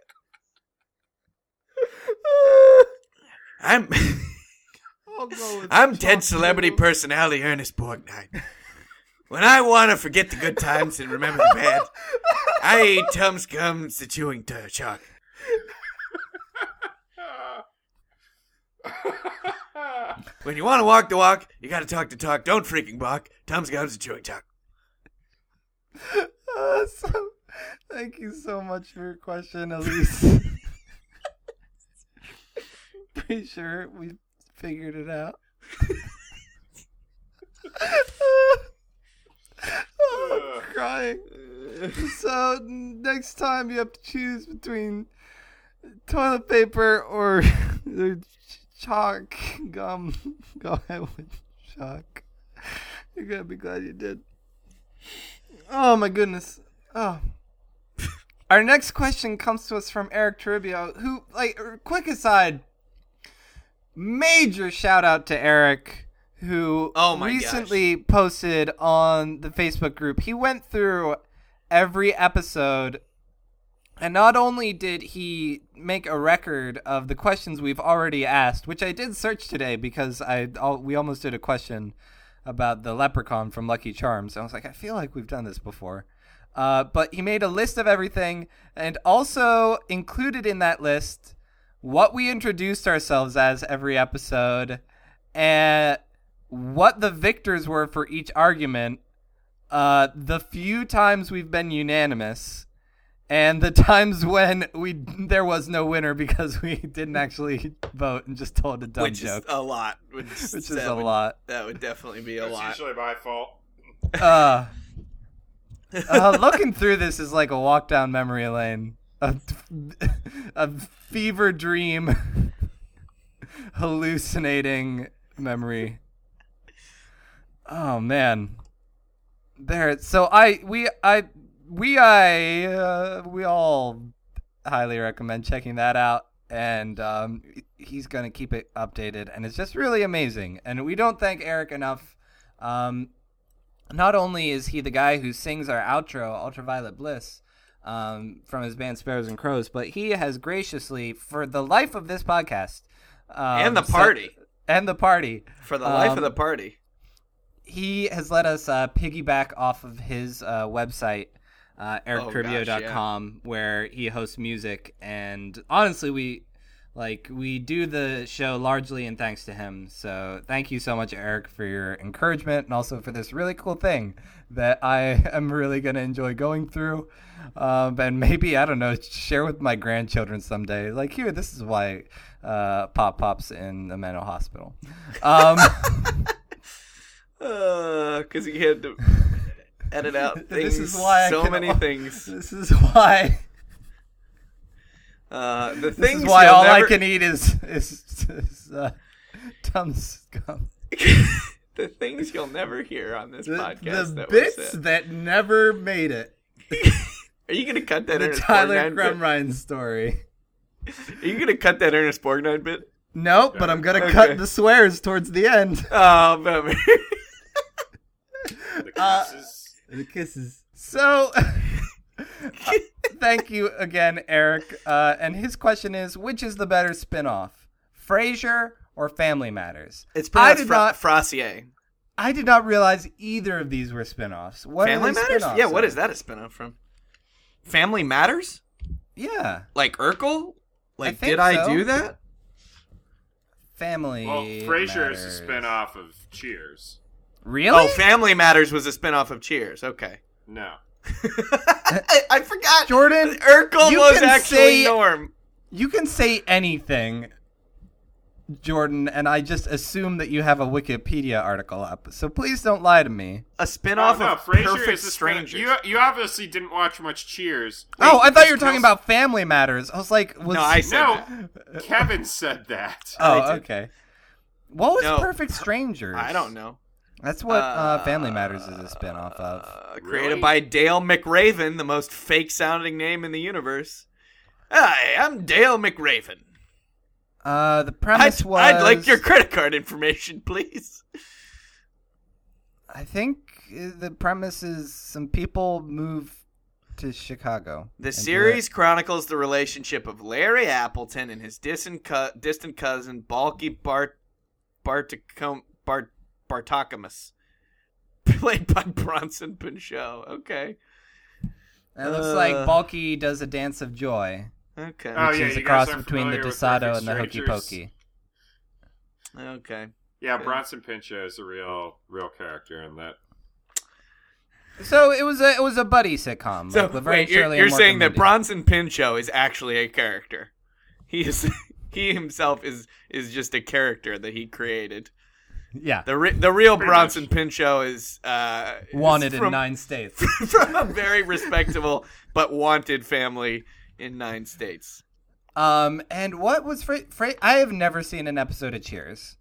[SPEAKER 3] I'm *laughs*
[SPEAKER 1] I'll go with
[SPEAKER 3] I'm
[SPEAKER 1] Chalk
[SPEAKER 3] dead celebrity
[SPEAKER 1] Noodle.
[SPEAKER 3] personality Ernest Borgnine. When I want to forget the good times and remember the bad, I eat Tums Gums the chewing t- chalk.
[SPEAKER 2] Uh,
[SPEAKER 4] When you want to walk the walk, you got to talk the talk. Don't freaking balk. Tom's Gobs and Chewing Talk.
[SPEAKER 1] Uh, so, thank you so much for your question, Elise. *laughs* Pretty sure we figured it out. *laughs* oh, I'm crying. So next time you have to choose between toilet paper or *laughs* or chalk gum. *laughs* Go ahead with chalk. You're gonna be glad you did. Oh my goodness. Oh. Our next question comes to us from Eric Toribio, who, like, er, quick aside, major shout out to Eric, who
[SPEAKER 3] Oh my gosh.
[SPEAKER 1] recently posted on the Facebook group. He went through every episode, and not only did he make a record of the questions we've already asked, which I did search today because I al- we almost did a question about the leprechaun from Lucky Charms. I was like, I feel like we've done this before. Uh, but he made a list of everything and also included in that list what we introduced ourselves as every episode and what the victors were for each argument, uh, the few times we've been unanimous. And the *laughs* times when we there was no winner because we *laughs* didn't actually vote and just told a dumb
[SPEAKER 3] which
[SPEAKER 1] joke,
[SPEAKER 3] is a lot. Which,
[SPEAKER 1] which is
[SPEAKER 3] that
[SPEAKER 1] a
[SPEAKER 3] would-
[SPEAKER 1] lot.
[SPEAKER 3] That would definitely be a
[SPEAKER 2] It's
[SPEAKER 3] lot.
[SPEAKER 2] usually my fault.
[SPEAKER 1] uh, uh, looking through this is like a walk down memory lane, a, a fever dream, hallucinating memory. Oh man, there. So I we I we I uh, we all highly recommend checking that out. And um, he's gonna keep it updated, and it's just really amazing. And we don't thank Eric enough. Um, not only is he the guy who sings our outro, Ultraviolet Bliss, um, from his band Sparrows and Crows, but he has graciously, for the life of this podcast, um,
[SPEAKER 3] and the
[SPEAKER 1] so-
[SPEAKER 3] party
[SPEAKER 1] and the party,
[SPEAKER 3] for the life
[SPEAKER 1] um,
[SPEAKER 3] of the party.
[SPEAKER 1] he has let us uh, piggyback off of his uh, website uh, ericturbio.com where he hosts music and honestly we like we do the show largely in thanks to him so thank you so much eric for your encouragement and also for this really cool thing that i *laughs* am really going to enjoy going through um, and maybe i don't know share with my grandchildren someday like here this is why uh, pop pops in the mental hospital um,
[SPEAKER 3] Because Uh, he had to edit out
[SPEAKER 1] *laughs*
[SPEAKER 3] things.
[SPEAKER 1] This is why I
[SPEAKER 3] so
[SPEAKER 1] can
[SPEAKER 3] many
[SPEAKER 1] al- *laughs*
[SPEAKER 3] things.
[SPEAKER 1] this is why
[SPEAKER 3] Uh, the
[SPEAKER 1] This
[SPEAKER 3] things
[SPEAKER 1] is why
[SPEAKER 3] you'll
[SPEAKER 1] all
[SPEAKER 3] never-
[SPEAKER 1] I can eat is is, is uh, dumb scum.
[SPEAKER 3] the things you'll never hear on this
[SPEAKER 1] The,
[SPEAKER 3] podcast. that were
[SPEAKER 1] bits
[SPEAKER 3] said.
[SPEAKER 1] that never made it.
[SPEAKER 3] Are you gonna cut that
[SPEAKER 1] The
[SPEAKER 3] Ernest
[SPEAKER 1] Tyler
[SPEAKER 3] Borgnine bit?
[SPEAKER 1] Kremrine story.
[SPEAKER 3] Are you gonna cut that Ernest Borgnine bit?
[SPEAKER 1] Nope, but I'm gonna
[SPEAKER 3] Okay.
[SPEAKER 1] cut the swears towards the end.
[SPEAKER 3] Oh, *laughs* bummer.
[SPEAKER 2] The
[SPEAKER 1] Uh,
[SPEAKER 2] kisses.
[SPEAKER 1] The kisses. So, *laughs* uh, thank you again, Eric. Uh, and his question is, which is the better spin-off, Frasier or Family Matters?
[SPEAKER 3] it's
[SPEAKER 1] pronounced
[SPEAKER 3] pronounced
[SPEAKER 1] Fra-
[SPEAKER 3] Frassier.
[SPEAKER 1] I did not realize either of these were spin-offs. What are
[SPEAKER 3] Family
[SPEAKER 1] they
[SPEAKER 3] Matters?
[SPEAKER 1] spin-offs
[SPEAKER 3] Yeah, what
[SPEAKER 1] of?
[SPEAKER 3] is that a spinoff from? Family Matters?
[SPEAKER 1] Yeah,
[SPEAKER 3] Like Urkel? Like
[SPEAKER 1] think
[SPEAKER 3] did I
[SPEAKER 1] so.
[SPEAKER 3] do that?
[SPEAKER 1] Family.
[SPEAKER 2] Well, Frasier is a
[SPEAKER 1] Matters.
[SPEAKER 2] spin-off of Cheers.
[SPEAKER 1] Really?
[SPEAKER 3] Oh, Family Matters was a spinoff of Cheers. Okay. *laughs*
[SPEAKER 2] No.
[SPEAKER 3] I, I forgot.
[SPEAKER 1] Jordan,
[SPEAKER 3] Urkel
[SPEAKER 1] You
[SPEAKER 3] was
[SPEAKER 1] can
[SPEAKER 3] actually
[SPEAKER 1] say-
[SPEAKER 3] Norm.
[SPEAKER 1] you can say anything, Jordan, and I just assume that you have a Wikipedia article up. So please don't lie to me.
[SPEAKER 3] A spinoff
[SPEAKER 2] oh, no,
[SPEAKER 3] of
[SPEAKER 2] Frasier
[SPEAKER 3] Perfect
[SPEAKER 2] is a spin-
[SPEAKER 3] Strangers.
[SPEAKER 2] you, you obviously didn't watch much Cheers.
[SPEAKER 1] oh, I thought
[SPEAKER 3] this
[SPEAKER 1] you were talking
[SPEAKER 3] counts-
[SPEAKER 1] about Family Matters. I was like, was
[SPEAKER 3] No, I said
[SPEAKER 2] No.
[SPEAKER 3] that.
[SPEAKER 2] Kevin said that.
[SPEAKER 1] *laughs* oh,
[SPEAKER 3] I did.
[SPEAKER 1] okay. What was
[SPEAKER 3] No.
[SPEAKER 1] Perfect Strangers?
[SPEAKER 3] I don't know.
[SPEAKER 1] That's what uh, Family Matters is a spin-off of.
[SPEAKER 3] Uh,
[SPEAKER 2] Really?
[SPEAKER 3] created by Dale McRaven, the most fake sounding name in the universe. Hi, I'm Dale McRaven.
[SPEAKER 1] Uh, the premise
[SPEAKER 3] I'd,
[SPEAKER 1] was
[SPEAKER 3] I'd like your credit card information, please.
[SPEAKER 1] I think uh, the premise is some people move to Chicago.
[SPEAKER 3] The
[SPEAKER 1] and do it.
[SPEAKER 3] series chronicles the relationship of Larry Appleton and his distant, co- distant cousin, Balky Bart, Barticom, Bart, Bartocomus, *laughs* played by Bronson Pinchot. Okay,
[SPEAKER 1] It looks
[SPEAKER 3] Uh.
[SPEAKER 1] like Balky does a dance of joy,
[SPEAKER 3] okay,
[SPEAKER 2] Oh,
[SPEAKER 1] which
[SPEAKER 2] yeah,
[SPEAKER 1] is
[SPEAKER 2] you
[SPEAKER 1] a
[SPEAKER 2] guys
[SPEAKER 1] cross
[SPEAKER 2] aren't
[SPEAKER 1] between the
[SPEAKER 2] familiar with
[SPEAKER 1] Desado
[SPEAKER 2] Perfect
[SPEAKER 1] and the Hokey
[SPEAKER 2] Strangers.
[SPEAKER 1] Pokey.
[SPEAKER 3] okay.
[SPEAKER 2] Yeah, Bronson Pinchot is a real, real character in that.
[SPEAKER 1] So it was a it was a buddy sitcom.
[SPEAKER 3] So
[SPEAKER 1] like Laverne
[SPEAKER 3] wait,
[SPEAKER 1] and
[SPEAKER 3] you're,
[SPEAKER 1] Shirley
[SPEAKER 3] you're
[SPEAKER 1] and Mork
[SPEAKER 3] saying
[SPEAKER 1] and
[SPEAKER 3] that
[SPEAKER 1] Mindy.
[SPEAKER 3] Bronson Pinchot is actually a character. He is *laughs* he himself is is just a character that he created.
[SPEAKER 1] yeah
[SPEAKER 3] The re- the real
[SPEAKER 2] Pretty
[SPEAKER 3] Bronson Pinchot is uh, is
[SPEAKER 1] wanted in
[SPEAKER 3] from,
[SPEAKER 1] nine states.
[SPEAKER 3] *laughs* from a very respectable but wanted family in nine states.
[SPEAKER 1] Um, and what was Fra- Fra- I have never seen an episode of Cheers.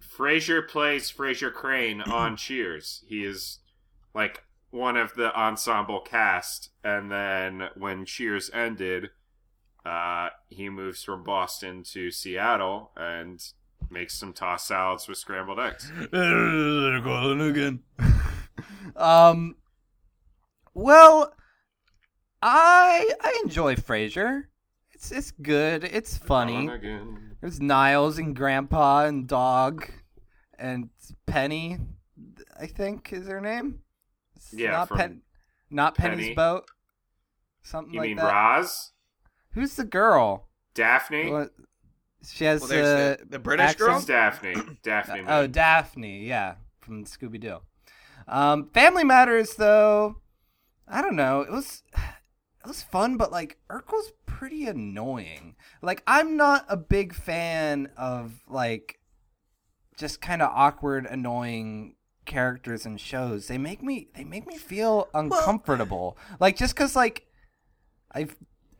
[SPEAKER 2] Frasier plays Frasier
[SPEAKER 1] *clears throat*
[SPEAKER 2] Crane on Cheers. He is like one of the ensemble cast, and then when Cheers ended, uh, he moves from Boston to Seattle and makes some tossed salads with scrambled eggs.
[SPEAKER 1] *laughs* again. um, well, I I enjoy Frasier. It's it's good. It's funny.
[SPEAKER 2] On again.
[SPEAKER 1] There's Niles and Grandpa and Dog and Penny, I think is her name. It's
[SPEAKER 2] Yeah,
[SPEAKER 1] not
[SPEAKER 2] from
[SPEAKER 1] Pen, not Penny's
[SPEAKER 2] Penny.
[SPEAKER 1] boat. Something
[SPEAKER 2] You
[SPEAKER 1] like
[SPEAKER 2] mean
[SPEAKER 1] that.
[SPEAKER 2] Roz,
[SPEAKER 1] Who's the girl?
[SPEAKER 2] Daphne?
[SPEAKER 1] What- She has
[SPEAKER 3] Well, there's
[SPEAKER 1] uh,
[SPEAKER 3] the, the British girl.
[SPEAKER 2] It's
[SPEAKER 1] *clears throat*
[SPEAKER 2] Daphne. Daphne.
[SPEAKER 1] Oh,
[SPEAKER 2] man.
[SPEAKER 1] Daphne, yeah, from Scooby Doo. Um, Family Matters, though, I don't know. It was it was fun, but like Urkel's pretty annoying. Like I'm not a big fan of like just kind of awkward, annoying characters and shows. They make me they make me feel uncomfortable. like just cuz like I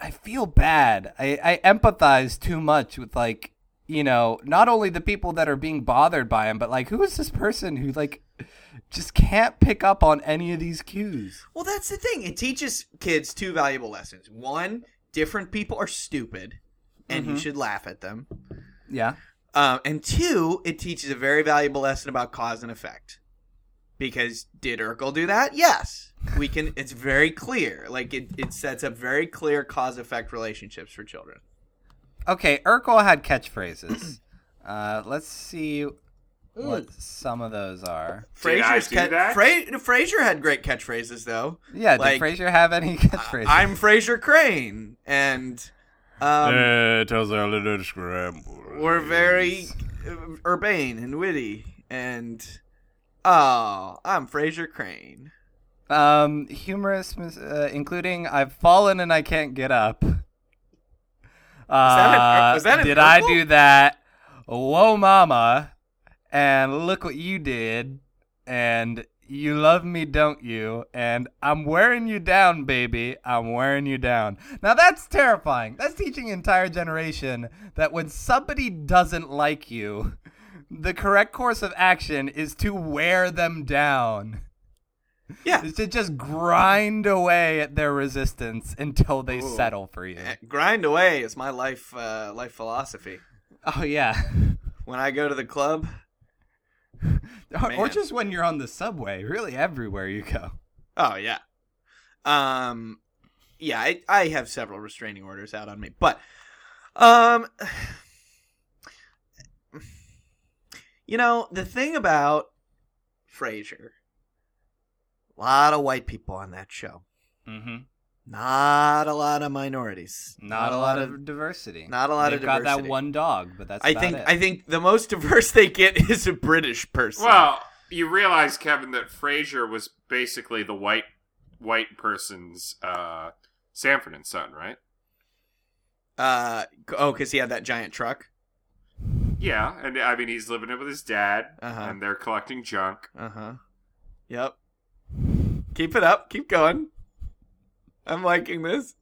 [SPEAKER 1] I feel bad. I I empathize too much with like you know, not only the people that are being bothered by him, but like who is this person who like just can't pick up on any of these cues?
[SPEAKER 3] Well, that's the thing. It teaches kids two valuable lessons. One, different people are stupid, and you should laugh at them.
[SPEAKER 1] Yeah.
[SPEAKER 3] Um, and two, it teaches a very valuable lesson about cause and effect. Because did Urkel do that? Yes. We can. *laughs* It's very clear. Like it, it sets up very clear cause effect relationships for children.
[SPEAKER 1] Okay, Urkel had catchphrases. *clears throat* uh, let's see what some of those are.
[SPEAKER 2] Did I
[SPEAKER 3] Frasier's
[SPEAKER 2] do that?
[SPEAKER 3] Fra- Frasier had great catchphrases though.
[SPEAKER 1] Yeah, did
[SPEAKER 3] Like,
[SPEAKER 1] Frasier have any *laughs* catchphrases?
[SPEAKER 3] I'm Frasier Crane, and um,
[SPEAKER 4] Yeah, tells our little scramble.
[SPEAKER 3] we're very uh, urbane and witty. And oh, I'm Frasier Crane.
[SPEAKER 1] um, humorous, mis- uh, including "I've fallen and I can't get
[SPEAKER 3] *laughs*
[SPEAKER 1] up." Uh,
[SPEAKER 3] that an- was that an
[SPEAKER 1] did I
[SPEAKER 3] Urkel?
[SPEAKER 1] do that? Whoa, mama! And look what you did! And you love me, don't you? And I'm wearing you down, baby. I'm wearing you down. Now that's terrifying. That's teaching an entire generation that when somebody doesn't like you, the correct course of action is to wear them down
[SPEAKER 3] Yeah,
[SPEAKER 1] is to just grind away at their resistance until they settle for you.
[SPEAKER 3] Eh, grind away is my life uh, life philosophy.
[SPEAKER 1] Oh *laughs* yeah,
[SPEAKER 3] When I go to the club,
[SPEAKER 1] or, or
[SPEAKER 3] Man.
[SPEAKER 1] just when you're on the subway, really everywhere you go.
[SPEAKER 3] oh yeah, um, yeah, I, I have several restraining orders out on me, but um, *sighs* you know the thing about Frasier, a lot of white people on that show,
[SPEAKER 1] Mm-hmm.
[SPEAKER 3] not a lot of minorities,
[SPEAKER 1] Not, a lot, of, diversity.
[SPEAKER 3] not a lot
[SPEAKER 1] They've
[SPEAKER 3] of
[SPEAKER 1] got that
[SPEAKER 3] diversity.
[SPEAKER 1] one dog, but that's
[SPEAKER 3] I
[SPEAKER 1] about
[SPEAKER 3] think
[SPEAKER 1] it.
[SPEAKER 3] I think the most *laughs* diverse they get is a British person.
[SPEAKER 2] Well, you realize, Kevin, that Frasier was basically the white white person's uh, Sanford and Son, right?
[SPEAKER 3] Uh, c- oh, because he had that giant truck.
[SPEAKER 2] Yeah, and I mean he's living it with his dad,
[SPEAKER 3] Uh-huh.
[SPEAKER 2] and they're collecting junk.
[SPEAKER 3] Uh huh. Yep. Keep it up. Keep going. I'm liking this.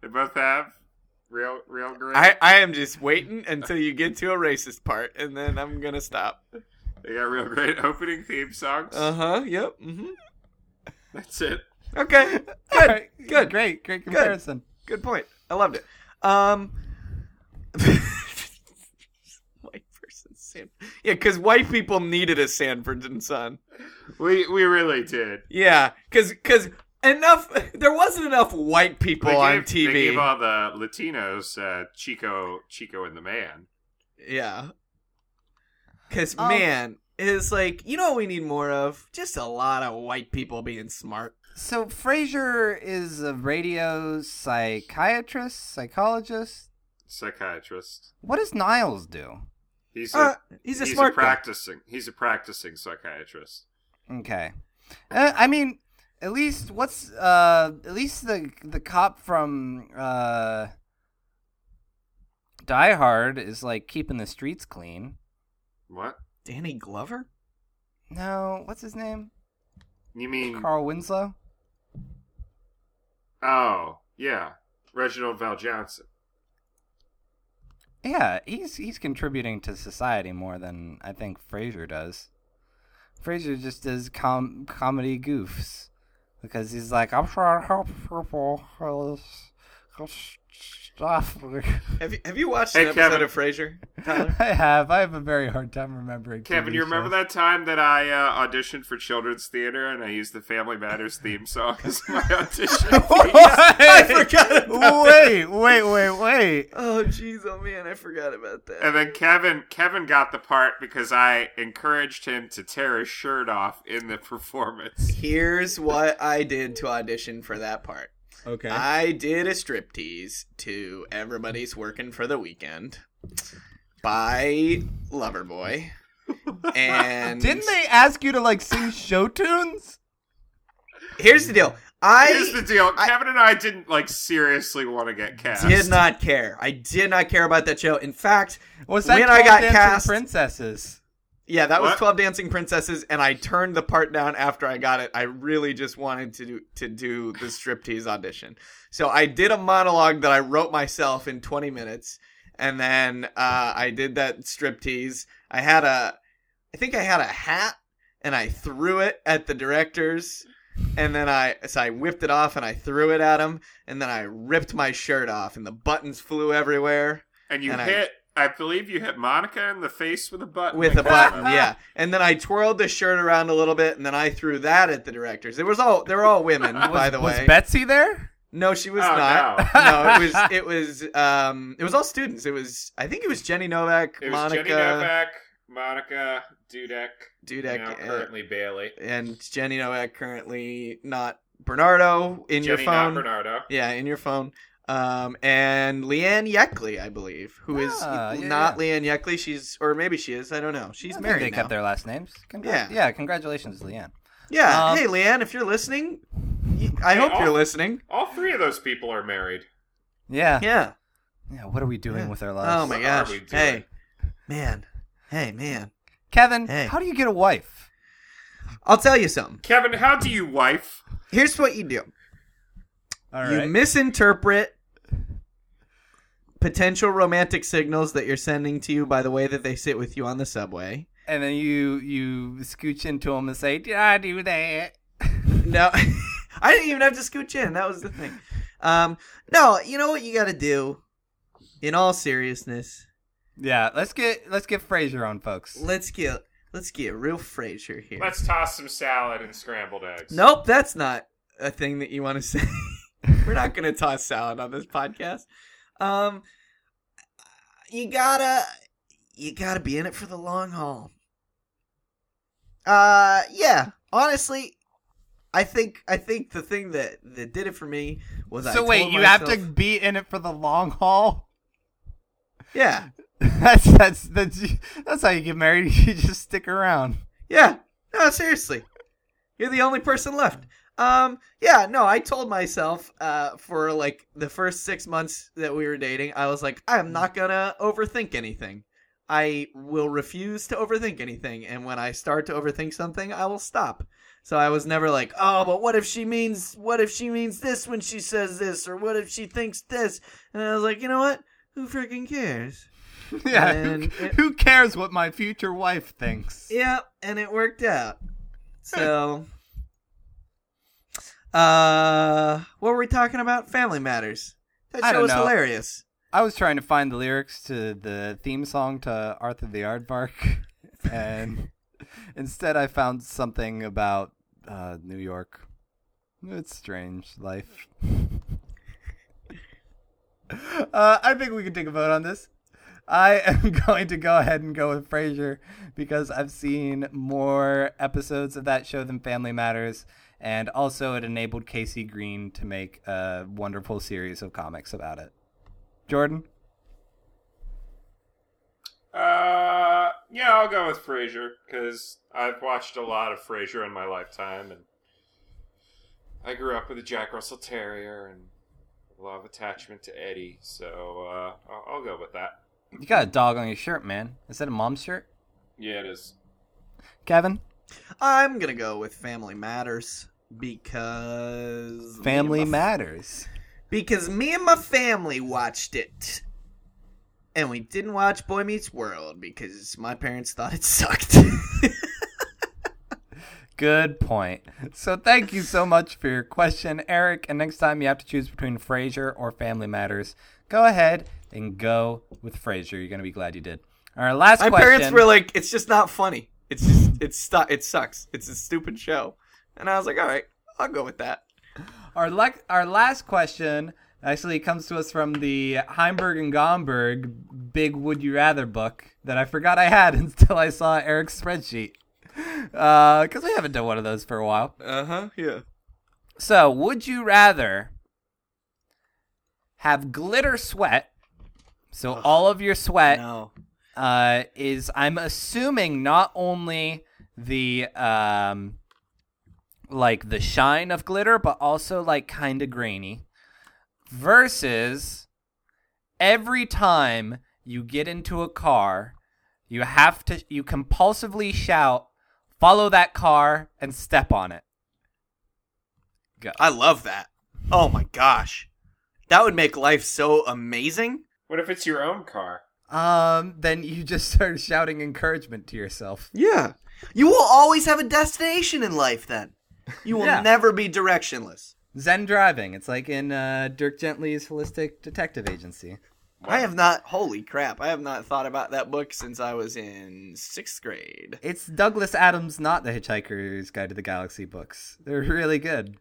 [SPEAKER 2] They both have real, real great.
[SPEAKER 3] I, I am just waiting until you get to a racist part, and then I'm gonna stop.
[SPEAKER 2] they got real great *laughs* opening theme songs.
[SPEAKER 3] Uh huh. Yep. hmm
[SPEAKER 2] That's it.
[SPEAKER 3] Okay.
[SPEAKER 1] All
[SPEAKER 3] Good.
[SPEAKER 1] right,
[SPEAKER 3] *laughs* Good.
[SPEAKER 1] great, great comparison.
[SPEAKER 3] Good point. I loved it. Um. *laughs* white person San. Yeah, because white people needed a Sanford and Son.
[SPEAKER 2] We we really did.
[SPEAKER 3] Yeah, because because enough. There wasn't enough white people
[SPEAKER 2] They
[SPEAKER 3] on
[SPEAKER 2] gave-
[SPEAKER 3] TV.
[SPEAKER 2] They gave all the Latinos uh, Chico, Chico and the Man.
[SPEAKER 3] *laughs* Yeah. Cause
[SPEAKER 1] Um,
[SPEAKER 3] man, it's like you know what we need more of? Just a lot of white people being smart.
[SPEAKER 1] So Frasier is a radio psychiatrist, psychologist.
[SPEAKER 2] psychiatrist.
[SPEAKER 1] What does Niles do?
[SPEAKER 2] He's a,
[SPEAKER 3] Uh, he's a smart guy.
[SPEAKER 2] practicing. He's a practicing psychiatrist.
[SPEAKER 1] Okay. Uh, I mean, at least what's uh at least the the cop from uh Die Hard is like keeping the streets clean.
[SPEAKER 2] What?
[SPEAKER 3] Danny Glover?
[SPEAKER 1] No, what's his name?
[SPEAKER 2] You mean?
[SPEAKER 1] Carl Winslow?
[SPEAKER 2] Oh, yeah, Reginald Val Johnson.
[SPEAKER 1] Yeah, he's he's contributing to society more than I think Frasier does. Frasier just does com- comedy goofs because he's like, I'm trying to help people. uh, help Stuff.
[SPEAKER 3] Have you, have you watched
[SPEAKER 2] Hey,
[SPEAKER 3] an episode
[SPEAKER 2] Kevin.
[SPEAKER 3] of Frasier, Tyler?
[SPEAKER 1] *laughs* I have. I have a very hard time remembering.
[SPEAKER 2] Kevin,
[SPEAKER 1] TV
[SPEAKER 2] you remember
[SPEAKER 1] shows.
[SPEAKER 2] that time that I uh, auditioned for children's theater and I used the Family Matters theme song as
[SPEAKER 3] *laughs*
[SPEAKER 2] my audition?
[SPEAKER 3] *laughs*
[SPEAKER 1] *laughs*
[SPEAKER 3] I forgot about
[SPEAKER 1] wait, wait, wait, wait.
[SPEAKER 3] Oh, jeez. Oh, man. I forgot about that.
[SPEAKER 2] and then Kevin, Kevin got the part because I encouraged him to tear his shirt off in the performance.
[SPEAKER 3] Here's what I did to audition for that part.
[SPEAKER 1] Okay.
[SPEAKER 3] I did a striptease to Everybody's Working for the Weekend by *laughs* Loverboy. And
[SPEAKER 1] Didn't they ask you to like sing show tunes?
[SPEAKER 3] Here's the deal. I
[SPEAKER 2] Here's the deal: Kevin and I didn't like seriously want to get cast.
[SPEAKER 3] did not care. I did not care about that show. In fact,
[SPEAKER 1] Was that
[SPEAKER 3] When I
[SPEAKER 1] 12
[SPEAKER 3] got
[SPEAKER 1] Dancing
[SPEAKER 3] cast-
[SPEAKER 1] princesses?
[SPEAKER 3] yeah, that was
[SPEAKER 2] What?
[SPEAKER 3] 12 Dancing Princesses and I turned the part down after I got it. I really just wanted to do, to do the striptease audition. So I did a monologue that I wrote myself in 20 minutes and then uh, I did that striptease. I had a I think I had a hat and I threw it at the directors and then I so I whipped it off and I threw it at them and then I ripped my shirt off and the buttons flew everywhere.
[SPEAKER 2] And you
[SPEAKER 3] And I-
[SPEAKER 2] hit, I, believe you hit Monica in the face with a button.
[SPEAKER 3] with a
[SPEAKER 2] Like,
[SPEAKER 3] button yeah and then i twirled the shirt around a little bit and then i threw that at the directors it was all they were
[SPEAKER 2] *laughs*
[SPEAKER 3] all women by the
[SPEAKER 1] Was
[SPEAKER 3] way
[SPEAKER 1] Betsy there?
[SPEAKER 3] no she was
[SPEAKER 2] Oh,
[SPEAKER 3] *laughs* not
[SPEAKER 2] no.
[SPEAKER 3] no.
[SPEAKER 2] *laughs*
[SPEAKER 3] it was it was um it was all students it was i think it was jenny novak
[SPEAKER 2] It was
[SPEAKER 3] monica
[SPEAKER 2] Jenny Novak, Monica Dudek,
[SPEAKER 3] dudek
[SPEAKER 2] now
[SPEAKER 3] and-
[SPEAKER 2] currently Bailey.
[SPEAKER 3] and jenny novak currently not bernardo in
[SPEAKER 2] Jenny,
[SPEAKER 3] your
[SPEAKER 2] not
[SPEAKER 3] phone
[SPEAKER 2] Bernardo.
[SPEAKER 3] yeah in your phone um and Leanne Yeckley, I believe, who is
[SPEAKER 1] Ah, yeah,
[SPEAKER 3] not Leanne Yeckley. She's or maybe she is. I don't know. She's
[SPEAKER 1] I think
[SPEAKER 3] married
[SPEAKER 1] They
[SPEAKER 3] now.
[SPEAKER 1] kept their last names. Congra-
[SPEAKER 3] Yeah.
[SPEAKER 1] Yeah. Congratulations, Leanne.
[SPEAKER 3] Yeah.
[SPEAKER 1] Um,
[SPEAKER 3] hey, Leanne, if you're listening, y- I hope
[SPEAKER 2] all-
[SPEAKER 3] you're listening.
[SPEAKER 2] All three of those people are married.
[SPEAKER 1] Yeah. Yeah.
[SPEAKER 3] Yeah.
[SPEAKER 1] what are we doing
[SPEAKER 3] Yeah.
[SPEAKER 1] with our lives?
[SPEAKER 3] Oh my
[SPEAKER 2] What
[SPEAKER 3] gosh.
[SPEAKER 2] are we doing?
[SPEAKER 3] Hey, man. Hey, man.
[SPEAKER 1] Kevin,
[SPEAKER 3] Hey.
[SPEAKER 1] how do you get a wife?
[SPEAKER 3] I'll tell you something.
[SPEAKER 2] Kevin, how do you wife?
[SPEAKER 3] Here's what you do.
[SPEAKER 1] All
[SPEAKER 3] you misinterpret potential romantic signals that you're sending to you by the way that they sit with you on the subway.
[SPEAKER 1] and then you you scooch into him and say, "Did I do that?"
[SPEAKER 3] No, *laughs* I didn't even have to scooch in. That was the thing. Um, no, you know what you got to do. In all seriousness,
[SPEAKER 1] Yeah. Let's get let's get Frasier on, folks.
[SPEAKER 3] let's get let's get real Frasier here.
[SPEAKER 2] Let's toss some salad and scrambled eggs.
[SPEAKER 3] Nope, that's not a thing that you want
[SPEAKER 1] *laughs*
[SPEAKER 3] to say. We're not going to toss salad on this podcast. Um, you gotta, you gotta be in it for the long haul. Uh, yeah. Honestly, I think I think the thing that that did it for me was I.
[SPEAKER 1] So wait,
[SPEAKER 3] told
[SPEAKER 1] you have to
[SPEAKER 3] myself-
[SPEAKER 1] be in it for the long haul. *laughs*
[SPEAKER 3] Yeah,
[SPEAKER 1] That's that's that's that's how you get married. *laughs* You just stick around. *laughs*
[SPEAKER 3] yeah. No, seriously, you're the only person left. Um, yeah, no, I told myself uh, for like the first six months that we were dating, I was like, I'm not gonna overthink anything. I will refuse to overthink anything, and when I start to overthink something, I will stop. So I was never like, oh, but what if she means what if she means this when she says this, or what if she thinks this? And I was like, you know what? Who freaking cares?
[SPEAKER 1] Yeah.
[SPEAKER 3] And
[SPEAKER 1] Who,
[SPEAKER 3] it-
[SPEAKER 1] who cares what my future wife thinks?
[SPEAKER 3] Yeah, and it worked out. So, uh, what were we talking about? Family Matters. That
[SPEAKER 1] I
[SPEAKER 3] show
[SPEAKER 1] don't
[SPEAKER 3] was
[SPEAKER 1] know.
[SPEAKER 3] hilarious.
[SPEAKER 1] I was trying to find the lyrics to the theme song to Arthur the Aardvark, and instead I found something about uh, New York. It's strange life. uh, I think we can take a vote on this. I *laughs* am going to go ahead and go with Frasier because I've seen more episodes of that show than Family Matters, and also it enabled Casey Green to make a wonderful series of comics about it. Jordan?
[SPEAKER 2] Uh, yeah, I'll go with Frasier because I've watched a lot of Frasier in my lifetime, and I grew up with a Jack Russell Terrier and a lot of attachment to Eddie. So uh, I'll, I'll go with that.
[SPEAKER 1] You got a dog on your shirt, man. Is that a mom's shirt?
[SPEAKER 2] Yeah, it is.
[SPEAKER 1] Kevin?
[SPEAKER 3] I'm gonna go with Family Matters because me
[SPEAKER 1] Family
[SPEAKER 3] and my-
[SPEAKER 1] matters.
[SPEAKER 3] because me and my family watched it, and we didn't watch Boy Meets World because my parents thought it sucked.
[SPEAKER 1] Good point. So thank you so much for your question, Eric. And next time you have to choose between Frasier or Family Matters, go ahead and go with Frasier. You're gonna be glad you did. All right, last
[SPEAKER 3] *laughs* my
[SPEAKER 1] question.
[SPEAKER 3] parents were like, "It's just not funny. It's just it's stu- it sucks. It's a stupid show," and I was like, "All right, I'll go with that."
[SPEAKER 1] Our lec- our last question actually comes to us from the Heimberg and Gomberg Big Would You Rather book that I forgot I had *laughs* until I saw Eric's spreadsheet. Because we haven't done one of those for a while.
[SPEAKER 3] Uh huh. Yeah.
[SPEAKER 1] So, would you rather have glitter sweat? So all of your sweat
[SPEAKER 3] No.
[SPEAKER 1] uh, is, I'm assuming, not only the um, like the shine of glitter, but also like kind of grainy. Versus every time you get into a car, you have to you compulsively shout, "Follow that car and step on it."
[SPEAKER 3] I love that. Oh my gosh. That would make life so amazing.
[SPEAKER 2] What if it's your own car?
[SPEAKER 1] Um, then you just *laughs* start shouting encouragement to yourself.
[SPEAKER 3] Yeah. You will always have a destination in life then. You will
[SPEAKER 1] Yeah.
[SPEAKER 3] never be directionless.
[SPEAKER 1] Zen driving. It's like in uh, Dirk Gently's Holistic Detective Agency.
[SPEAKER 3] I have not, holy crap, I have not thought about that book since I was in sixth grade.
[SPEAKER 1] It's Douglas Adams, not the Hitchhiker's Guide to the Galaxy books. They're really good.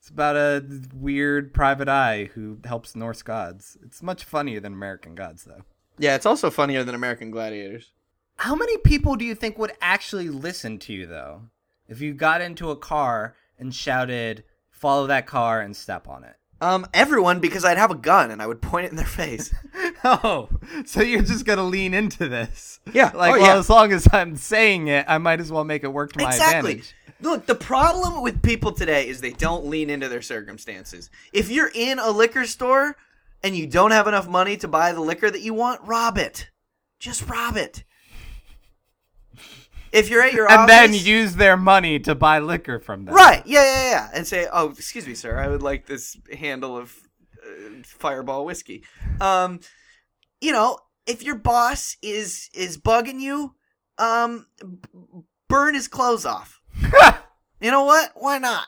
[SPEAKER 1] It's about a weird private eye who helps Norse gods. It's much funnier than American gods, though.
[SPEAKER 3] Yeah, it's also funnier than American Gladiators.
[SPEAKER 1] How many people do you think would actually listen to you, though, if you got into a car and shouted, follow that car and step on it?
[SPEAKER 3] Um, everyone, because I'd have a gun and I would point it in their *laughs* face.
[SPEAKER 1] *laughs* Oh, so you're just gonna lean into this?
[SPEAKER 3] Yeah.
[SPEAKER 1] Like,
[SPEAKER 3] Oh,
[SPEAKER 1] well,
[SPEAKER 3] yeah.
[SPEAKER 1] as long as I'm saying it, I might as well make it work to my
[SPEAKER 3] exactly.
[SPEAKER 1] advantage.
[SPEAKER 3] Look, the problem with people today is they don't lean into their circumstances. If you're in a liquor store and you don't have enough money to buy the liquor that you want, rob it. Just rob it. If you're at your
[SPEAKER 1] And then
[SPEAKER 3] office-
[SPEAKER 1] use their money to buy liquor from them.
[SPEAKER 3] right, yeah, yeah, yeah, and say, "Oh, excuse me, sir, I would like this handle of uh, Fireball whiskey." Um, you know, if your boss is is bugging you, um, b- burn his
[SPEAKER 1] *laughs*
[SPEAKER 3] clothes off. you know what? Why not?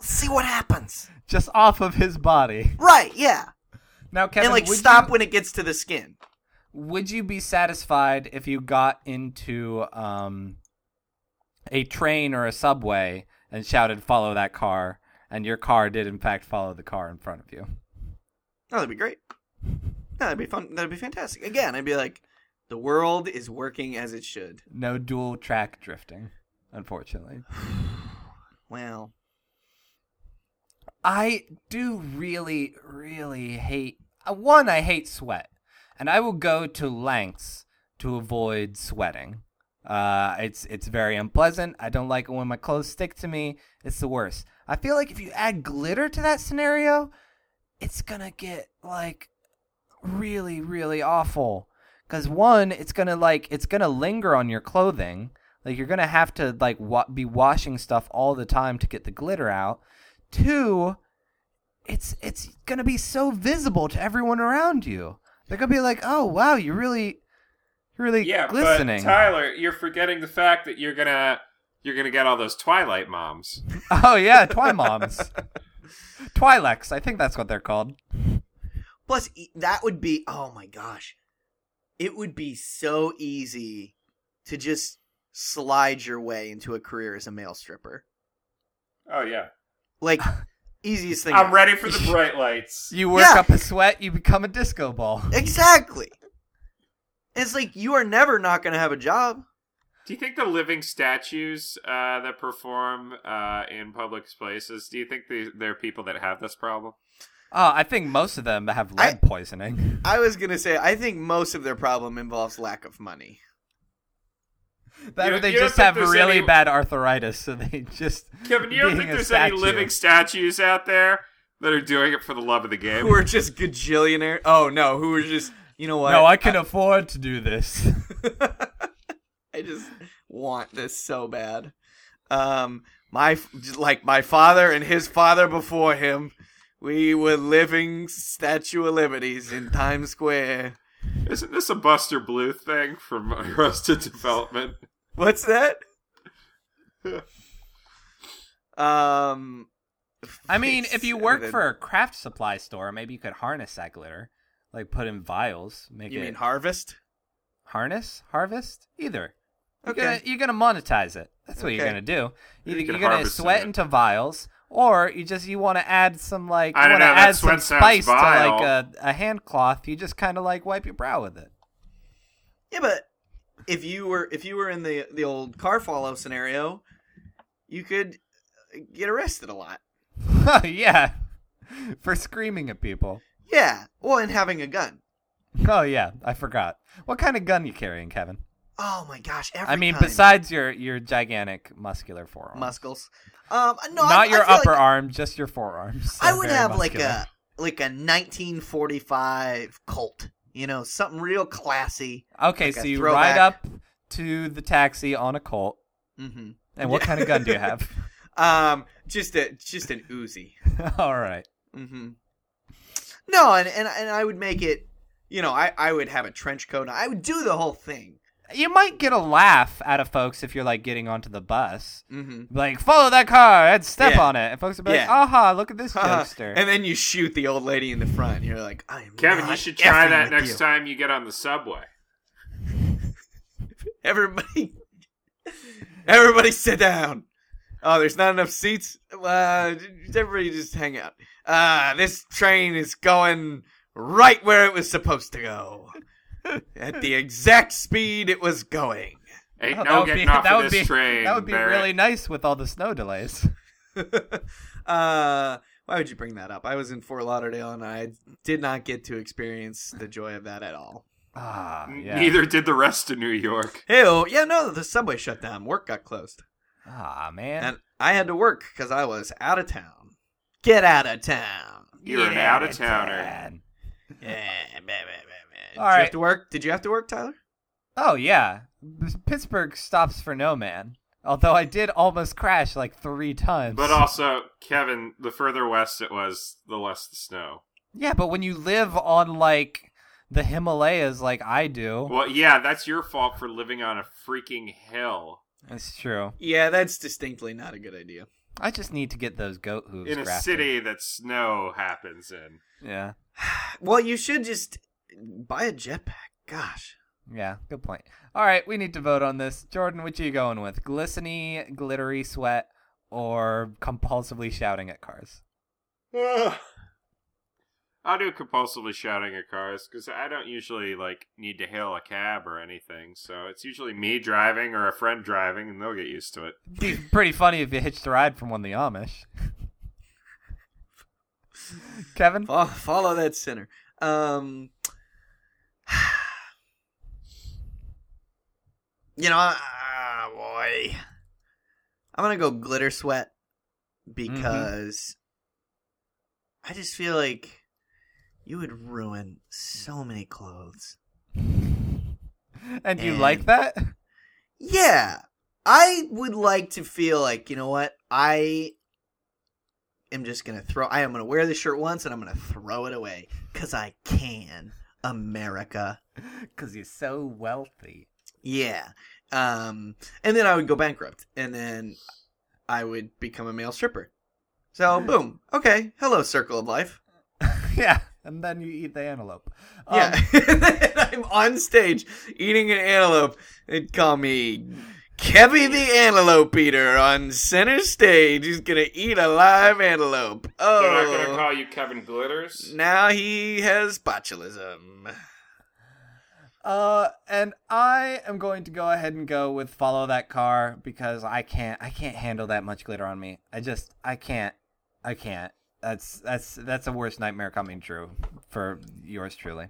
[SPEAKER 3] See what happens.
[SPEAKER 1] Just off of his body.
[SPEAKER 3] Right? Yeah,
[SPEAKER 1] Now, Kevin,
[SPEAKER 3] and like
[SPEAKER 1] would
[SPEAKER 3] stop
[SPEAKER 1] You,
[SPEAKER 3] when it gets to the skin.
[SPEAKER 1] would you be satisfied if you got into um, a train or a subway and shouted, "Follow that car," and your car did in fact follow the car in front of you?
[SPEAKER 3] Oh, that'd be great. No, that'd be fun. That'd be fantastic. Again, I'd be like, the world is working as it should.
[SPEAKER 1] No dual track drifting, unfortunately.
[SPEAKER 3] Well,
[SPEAKER 1] I do really, really hate. uh, One, I hate sweat, and I will go to lengths to avoid sweating. Uh, it's it's very unpleasant. I don't like it when my clothes stick to me. It's the worst. I feel like if you add glitter to that scenario, it's gonna get like really, really awful. Cause one, it's gonna like it's gonna linger on your clothing. Like you're gonna have to like wa- be washing stuff all the time to get the glitter out. Two, it's it's gonna be so visible to everyone around you. They're gonna be like, "Oh wow, you're really, you're really
[SPEAKER 2] Yeah,
[SPEAKER 1] glistening."
[SPEAKER 2] but Tyler, you're forgetting the fact that you're gonna you're gonna get all those Twilight moms.
[SPEAKER 1] oh yeah, Twi moms, Twilex. I think that's what they're called.
[SPEAKER 3] Plus, e- that would be oh my gosh, it would be so easy to just slide your way into a career as a male stripper.
[SPEAKER 2] Oh yeah,
[SPEAKER 3] *laughs* Like easiest thing.
[SPEAKER 2] I'm
[SPEAKER 3] ever.
[SPEAKER 2] ready for the bright lights.
[SPEAKER 1] You work
[SPEAKER 3] Yeah.
[SPEAKER 1] up a sweat, you become a disco ball.
[SPEAKER 3] Exactly. It's like you are never not going to have a job.
[SPEAKER 2] Do you think the living statues uh, that perform uh, in public places? Do you think they, they're people that have this problem?
[SPEAKER 1] Oh, I think most of them have lead poisoning.
[SPEAKER 3] I was going to say I think most of their problem involves lack of money.
[SPEAKER 1] *laughs* That
[SPEAKER 2] You
[SPEAKER 1] or
[SPEAKER 2] don't-
[SPEAKER 1] they
[SPEAKER 2] you don't
[SPEAKER 1] just
[SPEAKER 2] think
[SPEAKER 1] have
[SPEAKER 2] there's
[SPEAKER 1] really
[SPEAKER 2] any-
[SPEAKER 1] bad arthritis, so they
[SPEAKER 3] *laughs*
[SPEAKER 1] just
[SPEAKER 2] Kevin, you don't
[SPEAKER 1] being
[SPEAKER 2] think
[SPEAKER 1] a
[SPEAKER 2] there's any
[SPEAKER 1] statue.
[SPEAKER 2] living statues out there that are doing it for the love of the game?
[SPEAKER 3] who are just gajillionaire. Oh no, who are just you know what?
[SPEAKER 1] No, I can afford to do
[SPEAKER 3] *laughs*
[SPEAKER 1] this.
[SPEAKER 3] I just want this so bad. Um, my f- just like my father and his father before him, we were living Statue of Liberties in Times Square.
[SPEAKER 2] Isn't this a Buster Blue thing from *laughs* Arrested Development?
[SPEAKER 3] What's that? um,
[SPEAKER 1] I mean, if you
[SPEAKER 3] It's-
[SPEAKER 1] work for a craft supply store, maybe you could harness that glitter, like put in vials, make
[SPEAKER 3] you
[SPEAKER 1] it
[SPEAKER 3] mean harvest?
[SPEAKER 1] harness, harvest, either. You're
[SPEAKER 3] Okay.
[SPEAKER 1] gonna you're gonna monetize it. That's what you're
[SPEAKER 3] Okay.
[SPEAKER 1] gonna do. You,
[SPEAKER 2] You
[SPEAKER 1] you
[SPEAKER 2] can
[SPEAKER 1] are gonna
[SPEAKER 2] harvest
[SPEAKER 1] sweat
[SPEAKER 2] it.
[SPEAKER 1] into vials, or you just you want to add some like
[SPEAKER 2] I
[SPEAKER 1] you
[SPEAKER 2] don't
[SPEAKER 1] want to
[SPEAKER 2] know, that
[SPEAKER 1] add some
[SPEAKER 2] sweat sounds
[SPEAKER 1] spice to like
[SPEAKER 2] vile.
[SPEAKER 1] a, a hand cloth. You just kind of like wipe your brow with it. *laughs*
[SPEAKER 3] Yeah, but if you were if you were in the the old car follow scenario, you could get arrested a lot.
[SPEAKER 1] yeah, *laughs* for screaming at people.
[SPEAKER 3] Yeah. Well, and having a gun.
[SPEAKER 1] Oh yeah, I forgot. What kind of gun you carrying, Kevin?
[SPEAKER 3] Oh my gosh! Every
[SPEAKER 1] I mean,
[SPEAKER 3] time.
[SPEAKER 1] besides your your gigantic muscular forearm,
[SPEAKER 3] muscles. Um, no, I-
[SPEAKER 1] not
[SPEAKER 3] I
[SPEAKER 1] your
[SPEAKER 3] feel
[SPEAKER 1] upper
[SPEAKER 3] like
[SPEAKER 1] arm, just your *laughs* forearms.
[SPEAKER 3] I
[SPEAKER 1] They're
[SPEAKER 3] would
[SPEAKER 1] very
[SPEAKER 3] have
[SPEAKER 1] muscular.
[SPEAKER 3] like a like a 1945 Colt. You know, something real classy.
[SPEAKER 1] Okay,
[SPEAKER 3] like
[SPEAKER 1] so
[SPEAKER 3] a
[SPEAKER 1] you
[SPEAKER 3] throwback.
[SPEAKER 1] ride up to the taxi on a Colt,
[SPEAKER 3] Mm-hmm.
[SPEAKER 1] and what
[SPEAKER 3] Yeah.
[SPEAKER 1] kind of gun do you
[SPEAKER 3] *laughs*
[SPEAKER 1] have?
[SPEAKER 3] Um, just a just an Uzi.
[SPEAKER 1] *laughs* All right.
[SPEAKER 3] Mm-hmm. No, and, and and I would make it. You know, I I would have a trench coat. I would do the whole thing.
[SPEAKER 1] You might get a laugh out of folks if you're like getting onto the bus.
[SPEAKER 3] Mm-hmm. *laughs*
[SPEAKER 1] Like, follow that car and step
[SPEAKER 3] Yeah.
[SPEAKER 1] on it. And folks will be like,
[SPEAKER 3] Yeah.
[SPEAKER 1] aha, look at this
[SPEAKER 2] *laughs*
[SPEAKER 3] Uh,
[SPEAKER 1] jokester.
[SPEAKER 3] and then you shoot the old lady in the front. You're like, I am.
[SPEAKER 2] Kevin,
[SPEAKER 3] not
[SPEAKER 2] you should try
[SPEAKER 3] effing
[SPEAKER 2] that
[SPEAKER 3] with
[SPEAKER 2] next
[SPEAKER 3] you.
[SPEAKER 2] time you get on the subway.
[SPEAKER 3] Everybody, *laughs* everybody, sit down. Oh, there's not enough seats. Uh, everybody, just hang out. Uh, this train is going right where it was supposed to go, *laughs* at the exact speed it was going. *laughs*
[SPEAKER 2] Ain't
[SPEAKER 1] Oh,
[SPEAKER 2] no getting off
[SPEAKER 1] that
[SPEAKER 2] of
[SPEAKER 1] would
[SPEAKER 2] this
[SPEAKER 1] be,
[SPEAKER 2] train.
[SPEAKER 1] That would be
[SPEAKER 2] Barrett.
[SPEAKER 1] really nice with all the snow delays. *laughs*
[SPEAKER 3] uh, why would you bring that up? I was in Fort Lauderdale and I did not get to experience the joy of that at all.
[SPEAKER 1] Ah,
[SPEAKER 2] N-
[SPEAKER 1] yeah.
[SPEAKER 2] Neither did the rest of
[SPEAKER 1] *laughs*
[SPEAKER 2] New York.
[SPEAKER 3] Ew, yeah, no, the subway shut down. Work got closed.
[SPEAKER 1] Ah, man.
[SPEAKER 3] And I had to work because I was out of town. Get out of town.
[SPEAKER 2] You're an
[SPEAKER 1] Yeah,
[SPEAKER 2] out of towner.
[SPEAKER 1] man.
[SPEAKER 3] Yeah, man, man, Did
[SPEAKER 1] All
[SPEAKER 3] you have
[SPEAKER 1] right.
[SPEAKER 3] to work? Did you have to work, Tyler?
[SPEAKER 1] Oh, yeah. Pittsburgh stops for no man. Although I did almost crash like three times.
[SPEAKER 2] But uh, also, Kevin, the further west it was, the less the snow.
[SPEAKER 1] Yeah, but when you live on like the Himalayas like I do,
[SPEAKER 2] Well, yeah, that's your fault for living on a freaking hill
[SPEAKER 1] that's true.
[SPEAKER 3] Yeah, that's distinctly not a good idea.
[SPEAKER 1] I just need to get those goat hooves
[SPEAKER 2] in a
[SPEAKER 1] grafted.
[SPEAKER 2] city that snow happens in.
[SPEAKER 1] Yeah.
[SPEAKER 3] Well, you should just buy a jetpack. *laughs* Gosh.
[SPEAKER 1] Yeah, good point. All right, we need to vote on this. Jordan, what you going with? Glisteny, glittery sweat or compulsively shouting at cars?
[SPEAKER 2] I'll do compulsively shouting at cars because I don't usually like need to hail a cab or anything. So it's usually me driving or a friend driving, and they'll get used to it.
[SPEAKER 1] It'd be pretty funny if you hitched a ride from one of the Amish. Kevin?
[SPEAKER 3] Follow, follow that sinner. Um, *sighs* you know, ah, boy, I'm gonna go glitter sweat because I just feel like you would ruin so many clothes.
[SPEAKER 1] And you
[SPEAKER 3] And-
[SPEAKER 1] like that?
[SPEAKER 3] Yeah, I would like to feel like you know what I am just gonna throw. I am gonna wear this shirt once and I'm gonna throw it away because I can, America.
[SPEAKER 1] Cuz you're so wealthy.
[SPEAKER 3] Yeah. Um, and then I would go bankrupt, and then I would become a male stripper. So boom. Okay. Hello, circle of life.
[SPEAKER 1] *laughs* yeah, and then you eat the antelope. Um,
[SPEAKER 3] Yeah. And *laughs* I'm on stage eating an antelope. They'd call me Kevy the Antelope Eater on center stage. He's gonna eat a live antelope.
[SPEAKER 2] They're not gonna
[SPEAKER 3] Oh.
[SPEAKER 2] call you Kevin Glitters.
[SPEAKER 3] Now he has botulism.
[SPEAKER 1] Uh, and I am going to go ahead and go with follow that car because I can't I can't handle that much glitter on me. I just I can't I can't. That's that's that's a worst nightmare coming true for yours truly.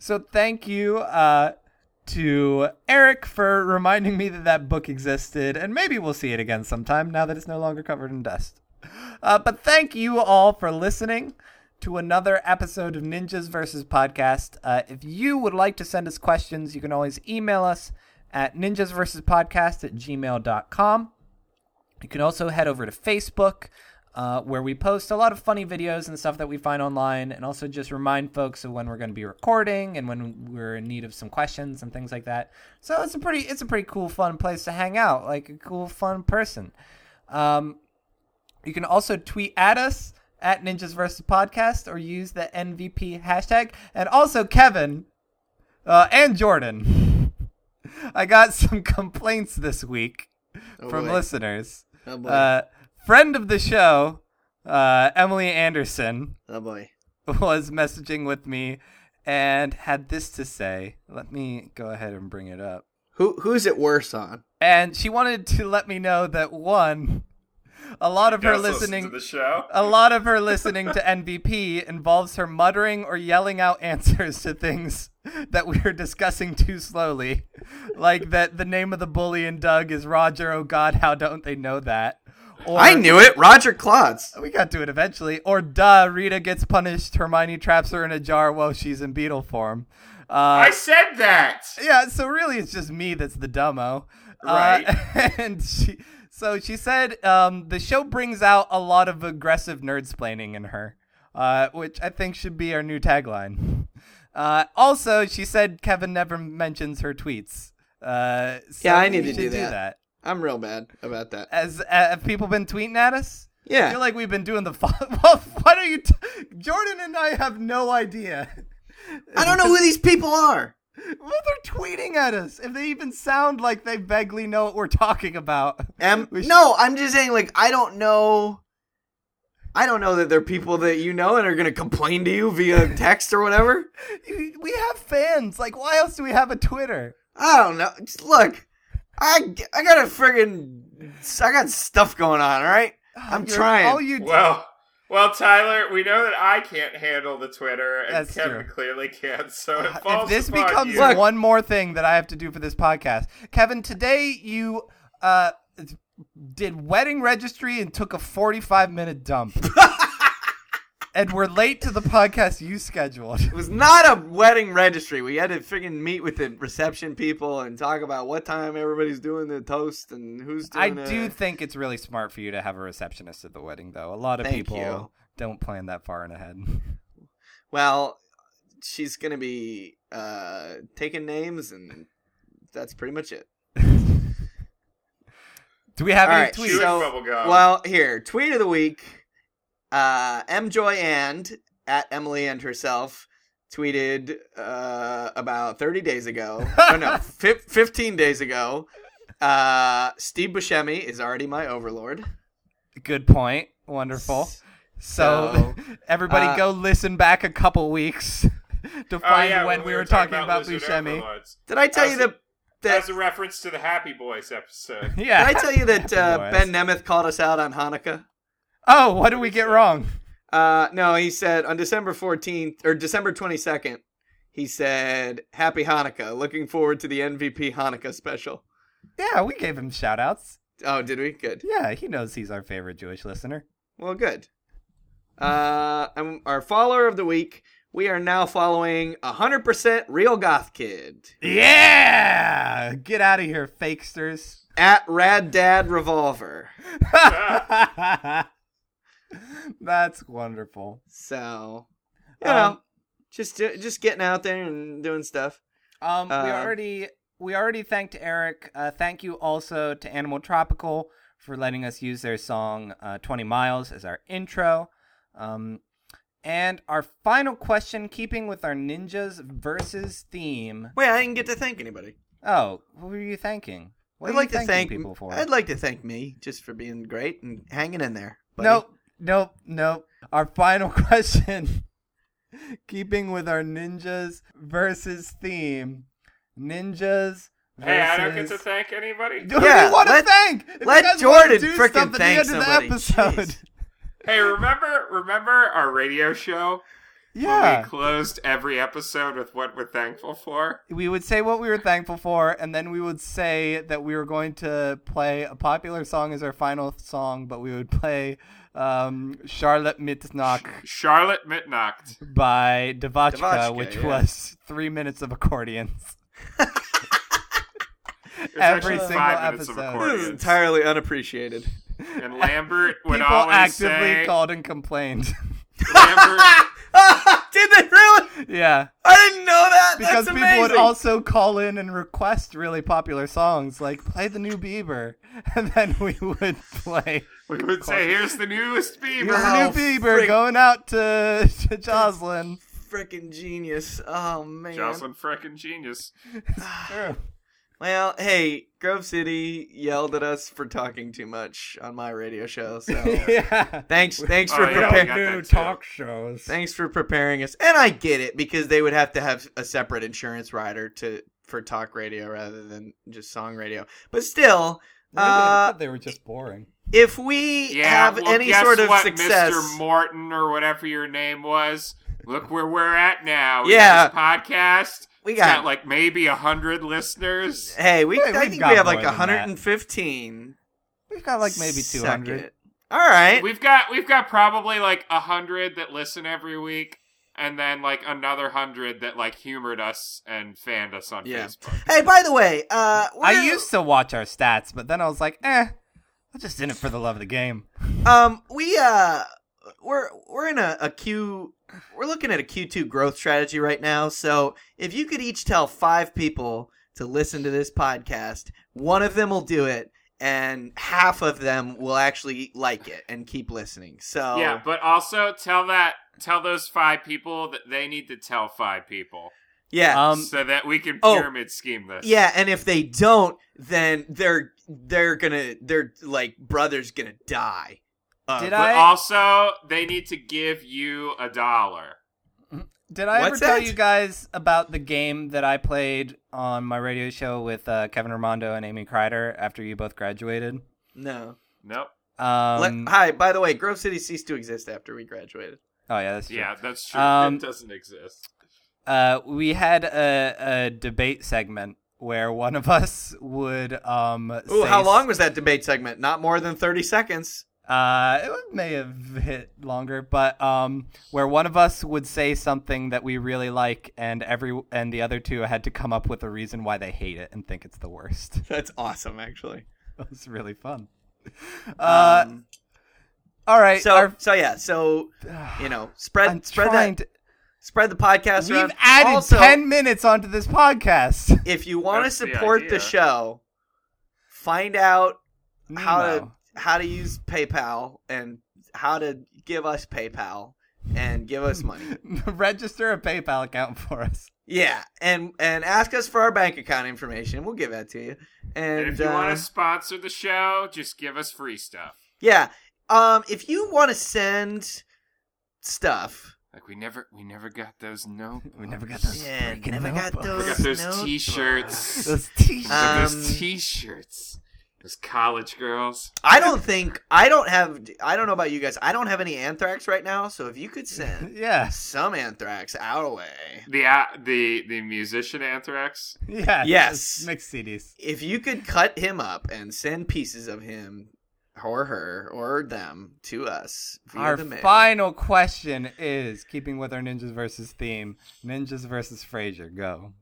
[SPEAKER 1] So thank you, uh, to Eric for reminding me that that book existed, and maybe we'll see it again sometime now that it's no longer covered in dust. Uh, but thank you all for listening to another episode of Ninjas vs. Podcast. Uh, if you would like to send us questions, you can always email us at ninjasversuspodcast at gmail.com. You can also head over to Facebook, uh, where we post a lot of funny videos and stuff that we find online, and also just remind folks of when we're going to be recording and when we're in need of some questions and things like that. So it's a pretty, it's a pretty cool, fun place to hang out, like a cool, fun person. Um, you can also tweet at us at Ninjas vs Podcast or use the NVP hashtag. And also Kevin uh, and Jordan. *laughs* I got some *laughs* complaints this week
[SPEAKER 3] Oh,
[SPEAKER 1] from
[SPEAKER 3] boy.
[SPEAKER 1] listeners.
[SPEAKER 3] Oh boy.
[SPEAKER 1] Uh, friend of the show, uh, Emily Anderson, *laughs*
[SPEAKER 3] oh boy.
[SPEAKER 1] was messaging with me and had this to say. Let me go ahead and bring it up.
[SPEAKER 3] Who who's it worse on?
[SPEAKER 1] And she wanted to let me know that one, a lot of her
[SPEAKER 2] Just listen
[SPEAKER 1] listening
[SPEAKER 2] to the show.
[SPEAKER 1] a lot of her listening to NVP involves her muttering or yelling out answers to things that we are discussing too slowly, like that the name of the bully in Doug is Roger. Oh God, how don't they know that? Or,
[SPEAKER 3] I knew it. Roger Klotz.
[SPEAKER 1] We got to it eventually. Or duh, Rita gets punished. Hermione traps her in a jar while she's in beetle form. Uh,
[SPEAKER 2] I said that.
[SPEAKER 1] yeah, so really it's just me that's the dumbo.
[SPEAKER 2] Right.
[SPEAKER 1] Uh, *laughs* and she, so she said um, the show brings out a lot of aggressive nerdsplaining in her, uh, which I think should be our new tagline. *laughs* Uh, also, she said Kevin never mentions her tweets. Uh, so
[SPEAKER 3] Yeah, I
[SPEAKER 1] we
[SPEAKER 3] need to
[SPEAKER 1] should
[SPEAKER 3] do that. I'm real bad about that.
[SPEAKER 1] As uh, have people been tweeting at us? I
[SPEAKER 3] Yeah.
[SPEAKER 1] feel like we've been doing the. Fo- *laughs* well, why don't you? T- Jordan and I have no idea. *laughs*
[SPEAKER 3] I don't know who these people are.
[SPEAKER 1] Well, they're tweeting at us. If they even sound like they vaguely know what we're talking about.
[SPEAKER 3] Am-
[SPEAKER 1] We should-
[SPEAKER 3] no, I'm just saying like I don't know I don't know that they're people that you know and are going to complain to
[SPEAKER 1] *laughs*
[SPEAKER 3] you via text or whatever.
[SPEAKER 1] We have fans. Like, why else do we have a Twitter?
[SPEAKER 3] I don't know. Just look. I I got a friggin' I got stuff going on, all right? I'm
[SPEAKER 1] Oh, You're-
[SPEAKER 3] trying.
[SPEAKER 1] All you
[SPEAKER 2] Well, well, Tyler, we know that I can't handle the Twitter, and
[SPEAKER 1] That's true.
[SPEAKER 2] Kevin
[SPEAKER 1] Uh,
[SPEAKER 2] clearly can. So it falls
[SPEAKER 1] if this
[SPEAKER 2] upon
[SPEAKER 1] becomes
[SPEAKER 2] you.
[SPEAKER 3] Look.
[SPEAKER 1] one more thing that I have to do for this podcast, Kevin, today you uh did wedding registry and took a 45 minute
[SPEAKER 3] *laughs*
[SPEAKER 1] dump. and we're late to the podcast you scheduled.
[SPEAKER 3] It was not a wedding registry. We had to friggin' meet with the reception people and talk about what time everybody's doing the toast and who's doing
[SPEAKER 1] I
[SPEAKER 3] the-
[SPEAKER 1] do think it's really smart for you to have a receptionist at the wedding, though. A lot of
[SPEAKER 3] Thank
[SPEAKER 1] people
[SPEAKER 3] you.
[SPEAKER 1] don't plan that far in ahead.
[SPEAKER 3] Well, she's gonna be uh, taking names, and that's pretty much it.
[SPEAKER 1] Do we have
[SPEAKER 3] All
[SPEAKER 1] any
[SPEAKER 3] right,
[SPEAKER 1] tweets?
[SPEAKER 2] Chewing
[SPEAKER 3] so-
[SPEAKER 2] bubble gum.
[SPEAKER 3] Well, here, tweet of the week. Uh, MJoy and at Emily and herself tweeted uh, about 30 days ago. oh
[SPEAKER 2] *laughs*
[SPEAKER 3] no, fif- 15 days ago. Uh, Steve Buscemi is already my overlord.
[SPEAKER 1] Good point. Wonderful. So, *laughs* everybody,
[SPEAKER 3] uh,
[SPEAKER 1] go listen back a couple weeks *laughs* to
[SPEAKER 2] Oh,
[SPEAKER 1] find
[SPEAKER 2] yeah,
[SPEAKER 1] when we were talking about,
[SPEAKER 2] Lizard
[SPEAKER 1] Buscemi.
[SPEAKER 2] Overlords.
[SPEAKER 3] *laughs* Did I tell
[SPEAKER 2] As
[SPEAKER 3] you
[SPEAKER 2] a-
[SPEAKER 3] that? that
[SPEAKER 2] That's a reference to the Happy Boys
[SPEAKER 1] *laughs*
[SPEAKER 2] episode.
[SPEAKER 1] Yeah.
[SPEAKER 3] did
[SPEAKER 2] *laughs*
[SPEAKER 3] I tell you that uh,
[SPEAKER 1] Otherwise.
[SPEAKER 3] Ben Nemeth called us out on Hanukkah?
[SPEAKER 1] oh, what did we get wrong?
[SPEAKER 3] Uh, no, he said on December 14th or December 22nd, he said, Happy Hanukkah. Looking forward to the MVP Hanukkah special.
[SPEAKER 1] Yeah, we gave him shout outs.
[SPEAKER 3] Oh, did we? Good.
[SPEAKER 1] Yeah, he knows he's our favorite Jewish listener.
[SPEAKER 3] Well, good. Uh, and our follower of the week, we are now following 100% Real Goth Kid
[SPEAKER 1] Yeah! Get out of here, fakesters. *laughs*
[SPEAKER 3] at Rad Dad Revolver.
[SPEAKER 1] That's wonderful.
[SPEAKER 3] So, you
[SPEAKER 1] Um,
[SPEAKER 3] know, just, just getting out there and doing stuff.
[SPEAKER 1] Um, we
[SPEAKER 3] Uh,
[SPEAKER 1] already we already thanked Eric. Uh, thank you also to Animal Tropical for letting us use their song uh, "20 Miles" as our intro. Um, and our final question, keeping with our ninjas versus theme.
[SPEAKER 3] Wait, I didn't get to thank anybody.
[SPEAKER 1] Oh, who were you thanking? What
[SPEAKER 3] I'd
[SPEAKER 1] are you
[SPEAKER 3] like to
[SPEAKER 1] thanking
[SPEAKER 3] thank
[SPEAKER 1] people for.
[SPEAKER 3] I'd like to thank me just for being great and hanging in there. buddy.
[SPEAKER 1] Nope, nope, nope. Our final *laughs* question, keeping with our ninjas versus theme, ninjas. Versus...
[SPEAKER 2] hey, I don't get to
[SPEAKER 1] *laughs*
[SPEAKER 2] thank anybody.
[SPEAKER 1] Who do
[SPEAKER 3] Yeah,
[SPEAKER 1] you want to
[SPEAKER 3] let-
[SPEAKER 1] thank? If you
[SPEAKER 3] let
[SPEAKER 1] guys wanna
[SPEAKER 3] Jordan
[SPEAKER 1] do
[SPEAKER 3] frickin'
[SPEAKER 1] stuff at
[SPEAKER 3] thank
[SPEAKER 1] the end *laughs*
[SPEAKER 3] somebody.
[SPEAKER 1] Of the episode.
[SPEAKER 3] Jeez.
[SPEAKER 2] Hey, remember remember our radio show? But
[SPEAKER 1] Yeah.
[SPEAKER 2] We closed every episode with what we're thankful for.
[SPEAKER 1] we would say what we were thankful for, and then we would say that we were going to play a popular song as our final song, but we would play um, Charlotte Mitnach
[SPEAKER 2] Charlotte Mitnacht.
[SPEAKER 1] by Devachka,
[SPEAKER 3] Devachka,
[SPEAKER 1] which
[SPEAKER 3] yeah.
[SPEAKER 1] was three minutes of accordions.
[SPEAKER 2] It's
[SPEAKER 1] Every
[SPEAKER 2] actually
[SPEAKER 1] single
[SPEAKER 2] five minutes of
[SPEAKER 1] episode.
[SPEAKER 3] This is
[SPEAKER 2] accordion.
[SPEAKER 1] *laughs*
[SPEAKER 3] entirely unappreciated. *laughs*
[SPEAKER 2] And Lambert would
[SPEAKER 1] People
[SPEAKER 2] always
[SPEAKER 1] actively
[SPEAKER 2] say,
[SPEAKER 1] called and
[SPEAKER 3] *laughs*
[SPEAKER 1] complained. *laughs*
[SPEAKER 2] Lambert,
[SPEAKER 3] Did they really?
[SPEAKER 1] yeah.
[SPEAKER 3] I didn't know that.
[SPEAKER 1] Because
[SPEAKER 3] That's
[SPEAKER 1] people
[SPEAKER 3] amazing.
[SPEAKER 1] would also call in and request really popular songs, like play the new Bieber. *laughs* And then we would *laughs* play.
[SPEAKER 2] we would say, here's the newest
[SPEAKER 1] Here's
[SPEAKER 2] Bieber.
[SPEAKER 1] the
[SPEAKER 3] Wow,
[SPEAKER 1] new Bieber
[SPEAKER 3] frick.
[SPEAKER 1] going out to, to Jocelyn.
[SPEAKER 3] freaking genius. Oh man.
[SPEAKER 2] Jocelyn frickin' genius.
[SPEAKER 3] Well, hey, Grove City yelled at us for talking too much on my radio show. So
[SPEAKER 1] *laughs* yeah.
[SPEAKER 3] thanks, thanks for
[SPEAKER 2] Oh, yeah, we
[SPEAKER 3] preparing.
[SPEAKER 2] got that too.
[SPEAKER 1] shows.
[SPEAKER 3] Thanks for preparing us. And I get it because they would have to have a separate insurance rider to for talk radio rather than just song radio.
[SPEAKER 1] *laughs*
[SPEAKER 3] But still,
[SPEAKER 1] Really? I
[SPEAKER 3] Uh,
[SPEAKER 1] thought they were just boring.
[SPEAKER 3] if we
[SPEAKER 2] Yeah,
[SPEAKER 3] have
[SPEAKER 2] well,
[SPEAKER 3] any
[SPEAKER 2] guess
[SPEAKER 3] sort of
[SPEAKER 2] what,
[SPEAKER 3] success,
[SPEAKER 2] Mr. Morton or whatever your name was. Look where we're at now. We
[SPEAKER 3] Yeah.
[SPEAKER 2] got this podcast.
[SPEAKER 3] we
[SPEAKER 2] It's got
[SPEAKER 3] got.
[SPEAKER 2] like maybe a hundred listeners.
[SPEAKER 3] hey, we.
[SPEAKER 1] Hey,
[SPEAKER 3] I
[SPEAKER 1] we've
[SPEAKER 3] think
[SPEAKER 1] got
[SPEAKER 3] we have
[SPEAKER 1] more
[SPEAKER 3] like
[SPEAKER 1] than that.
[SPEAKER 3] 115.
[SPEAKER 1] We've got like maybe
[SPEAKER 3] Suck
[SPEAKER 1] 200.
[SPEAKER 3] it. All right.
[SPEAKER 2] We've got we've got probably like a hundred that listen every week, and then like another hundred that like humored us and fanned us on
[SPEAKER 3] Yeah.
[SPEAKER 2] Facebook.
[SPEAKER 3] Hey, by the way, uh,
[SPEAKER 1] I
[SPEAKER 3] we're-
[SPEAKER 1] used to watch our stats, but then I was like, eh, I'm just in it for the love of the game.
[SPEAKER 3] Um, we uh, we're we're in a, a Q. We're looking at a Q two growth strategy right now. So if you could each tell five people to listen to this podcast, one of them will do it, and half of them will actually like it and keep listening. So
[SPEAKER 2] Yeah, but also tell that tell those five people that they need to tell five people
[SPEAKER 3] yeah,
[SPEAKER 1] Um,
[SPEAKER 2] so that we can
[SPEAKER 3] Oh.
[SPEAKER 2] pyramid scheme this.
[SPEAKER 3] yeah. And if they don't, then they're they're gonna they're like brother's gonna die. Uh,
[SPEAKER 1] Did
[SPEAKER 2] But
[SPEAKER 1] I-
[SPEAKER 2] also, they need to give you a dollar.
[SPEAKER 1] Did I
[SPEAKER 3] What's
[SPEAKER 1] ever tell
[SPEAKER 3] that?
[SPEAKER 1] you guys about the game that I played on my radio show with uh, Kevin Armando and Amy Kreider after you both graduated?
[SPEAKER 3] No.
[SPEAKER 2] Nope.
[SPEAKER 3] Let-
[SPEAKER 1] Um,
[SPEAKER 3] hi. By the way, Grove City ceased to exist after we graduated.
[SPEAKER 1] oh yeah, that's true.
[SPEAKER 2] Yeah, that's true.
[SPEAKER 1] Um,
[SPEAKER 2] it doesn't exist.
[SPEAKER 1] uh, we had a, a debate segment where one of us would um
[SPEAKER 3] Ooh,
[SPEAKER 1] say
[SPEAKER 3] how
[SPEAKER 1] s-
[SPEAKER 3] long was that debate segment? Not more than 30 seconds. *laughs*
[SPEAKER 1] uh it may have hit longer but um where one of us would say something that we really like and every and the other two had to come up with a reason why they hate it and think it's the worst *laughs*
[SPEAKER 3] That's awesome, actually.
[SPEAKER 1] it was really fun uh
[SPEAKER 3] Um,
[SPEAKER 1] all right
[SPEAKER 3] so, *sighs*
[SPEAKER 1] our-
[SPEAKER 3] so yeah, so, you know, spread
[SPEAKER 1] I'm
[SPEAKER 3] spread
[SPEAKER 1] trying
[SPEAKER 3] that,
[SPEAKER 1] to,
[SPEAKER 3] spread the podcast
[SPEAKER 1] we've
[SPEAKER 3] around.
[SPEAKER 1] added
[SPEAKER 3] also,
[SPEAKER 1] 10 minutes onto this podcast
[SPEAKER 3] if you want to
[SPEAKER 2] That's the
[SPEAKER 3] support the,
[SPEAKER 2] idea.
[SPEAKER 3] show, find out how to
[SPEAKER 1] No.
[SPEAKER 3] how to use PayPal and how to give us PayPal and give us money.
[SPEAKER 1] *laughs* register a paypal account for us
[SPEAKER 3] yeah, and and ask us for our bank account information. We'll give that to you. And,
[SPEAKER 2] And if you
[SPEAKER 3] uh,
[SPEAKER 2] want to sponsor the show, just give us free stuff.
[SPEAKER 3] Yeah. Um, if you want to send stuff,
[SPEAKER 2] Like we never, we never got those. No,
[SPEAKER 1] we never
[SPEAKER 2] *laughs*
[SPEAKER 1] got those
[SPEAKER 3] Yeah,
[SPEAKER 1] freaking
[SPEAKER 3] never got
[SPEAKER 1] notebooks.
[SPEAKER 2] We got
[SPEAKER 3] those
[SPEAKER 2] those
[SPEAKER 3] notebooks.
[SPEAKER 2] t-shirts.
[SPEAKER 3] *laughs*
[SPEAKER 1] those Uh, t-shirts
[SPEAKER 2] We got
[SPEAKER 3] Um,
[SPEAKER 2] those t-shirts. Those college girls.
[SPEAKER 3] I don't think I don't have. I don't know about you guys. I don't have any anthrax right now. So if you
[SPEAKER 1] *laughs*
[SPEAKER 3] could send
[SPEAKER 1] yeah
[SPEAKER 3] some anthrax our way,
[SPEAKER 2] The uh, the the musician Anthrax.
[SPEAKER 1] yeah
[SPEAKER 3] Yes.
[SPEAKER 1] those mixed cds
[SPEAKER 3] if you could cut him up and send pieces of him or her or them to us via
[SPEAKER 1] Our
[SPEAKER 3] the mail.
[SPEAKER 1] final question is keeping with our ninjas versus theme. Ninjas versus Frasier, go.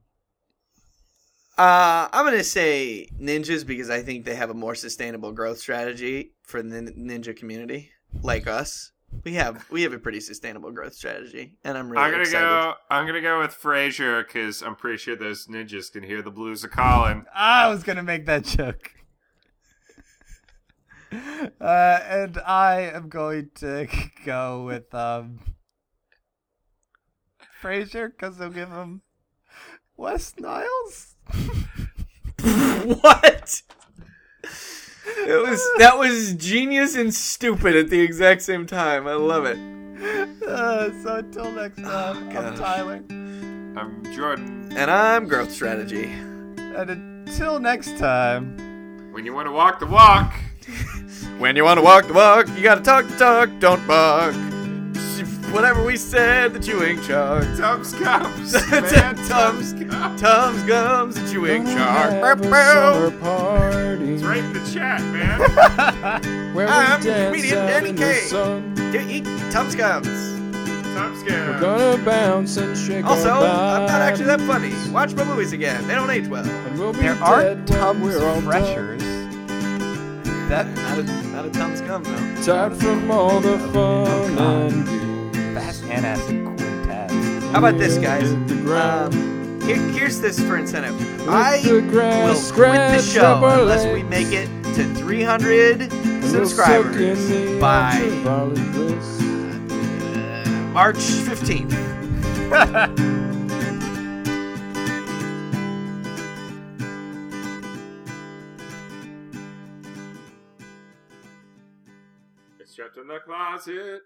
[SPEAKER 3] Uh, I'm gonna say ninjas because I think they have a more sustainable growth strategy for the nin- ninja community, like us. We have we have a pretty sustainable growth strategy, and I'm really
[SPEAKER 2] I'm gonna
[SPEAKER 3] excited.
[SPEAKER 2] go. I'm gonna go with Frasier because I'm pretty sure those ninjas can hear the blues of calling.
[SPEAKER 1] I was gonna make that joke. *laughs* Uh, and I am going to *laughs* go with um, Frasier because they'll give him West Niles.
[SPEAKER 3] *laughs* what? It was that was genius and stupid at the exact same time. I love it.
[SPEAKER 1] Uh, so until next time, I'm
[SPEAKER 3] gosh.
[SPEAKER 1] Tyler.
[SPEAKER 2] I'm Um, Jordan.
[SPEAKER 3] And I'm growth strategy.
[SPEAKER 1] And until next time.
[SPEAKER 2] When you want to walk the walk, *laughs*
[SPEAKER 4] When you want to walk the walk, you got to talk the talk. Don't bark.
[SPEAKER 3] whatever we said, the chewing chart.
[SPEAKER 2] Tums comes. man.
[SPEAKER 3] Tums, Tums gums, the chewing chart.
[SPEAKER 5] Have a summer party
[SPEAKER 2] It's right in the chat, man.
[SPEAKER 5] where we
[SPEAKER 3] I'm
[SPEAKER 5] dance
[SPEAKER 3] comedian
[SPEAKER 5] out
[SPEAKER 3] Danny
[SPEAKER 5] in the
[SPEAKER 3] Kaye.
[SPEAKER 5] sun.
[SPEAKER 3] Do eat Tums gums.
[SPEAKER 2] Tums
[SPEAKER 5] We're
[SPEAKER 2] comes.
[SPEAKER 5] gonna bounce and shake
[SPEAKER 3] Also,
[SPEAKER 5] our
[SPEAKER 3] I'm not actually that
[SPEAKER 5] bodies.
[SPEAKER 3] funny. Watch my movies again. They don't age well.
[SPEAKER 5] And we'll be
[SPEAKER 1] There are
[SPEAKER 5] dead when
[SPEAKER 1] Tums
[SPEAKER 5] we're all
[SPEAKER 1] freshers. That
[SPEAKER 3] Not a, not a Tums gum though.
[SPEAKER 5] done. Tired from all the fun and
[SPEAKER 1] fast and acid quintet.
[SPEAKER 3] How about this, guys?
[SPEAKER 5] Hit the ground.
[SPEAKER 3] Um, here, here's this for incentive.
[SPEAKER 5] I
[SPEAKER 3] I will quit the show unless we make it to 300 subscribers by March 15th.
[SPEAKER 2] It's trapped in the closet.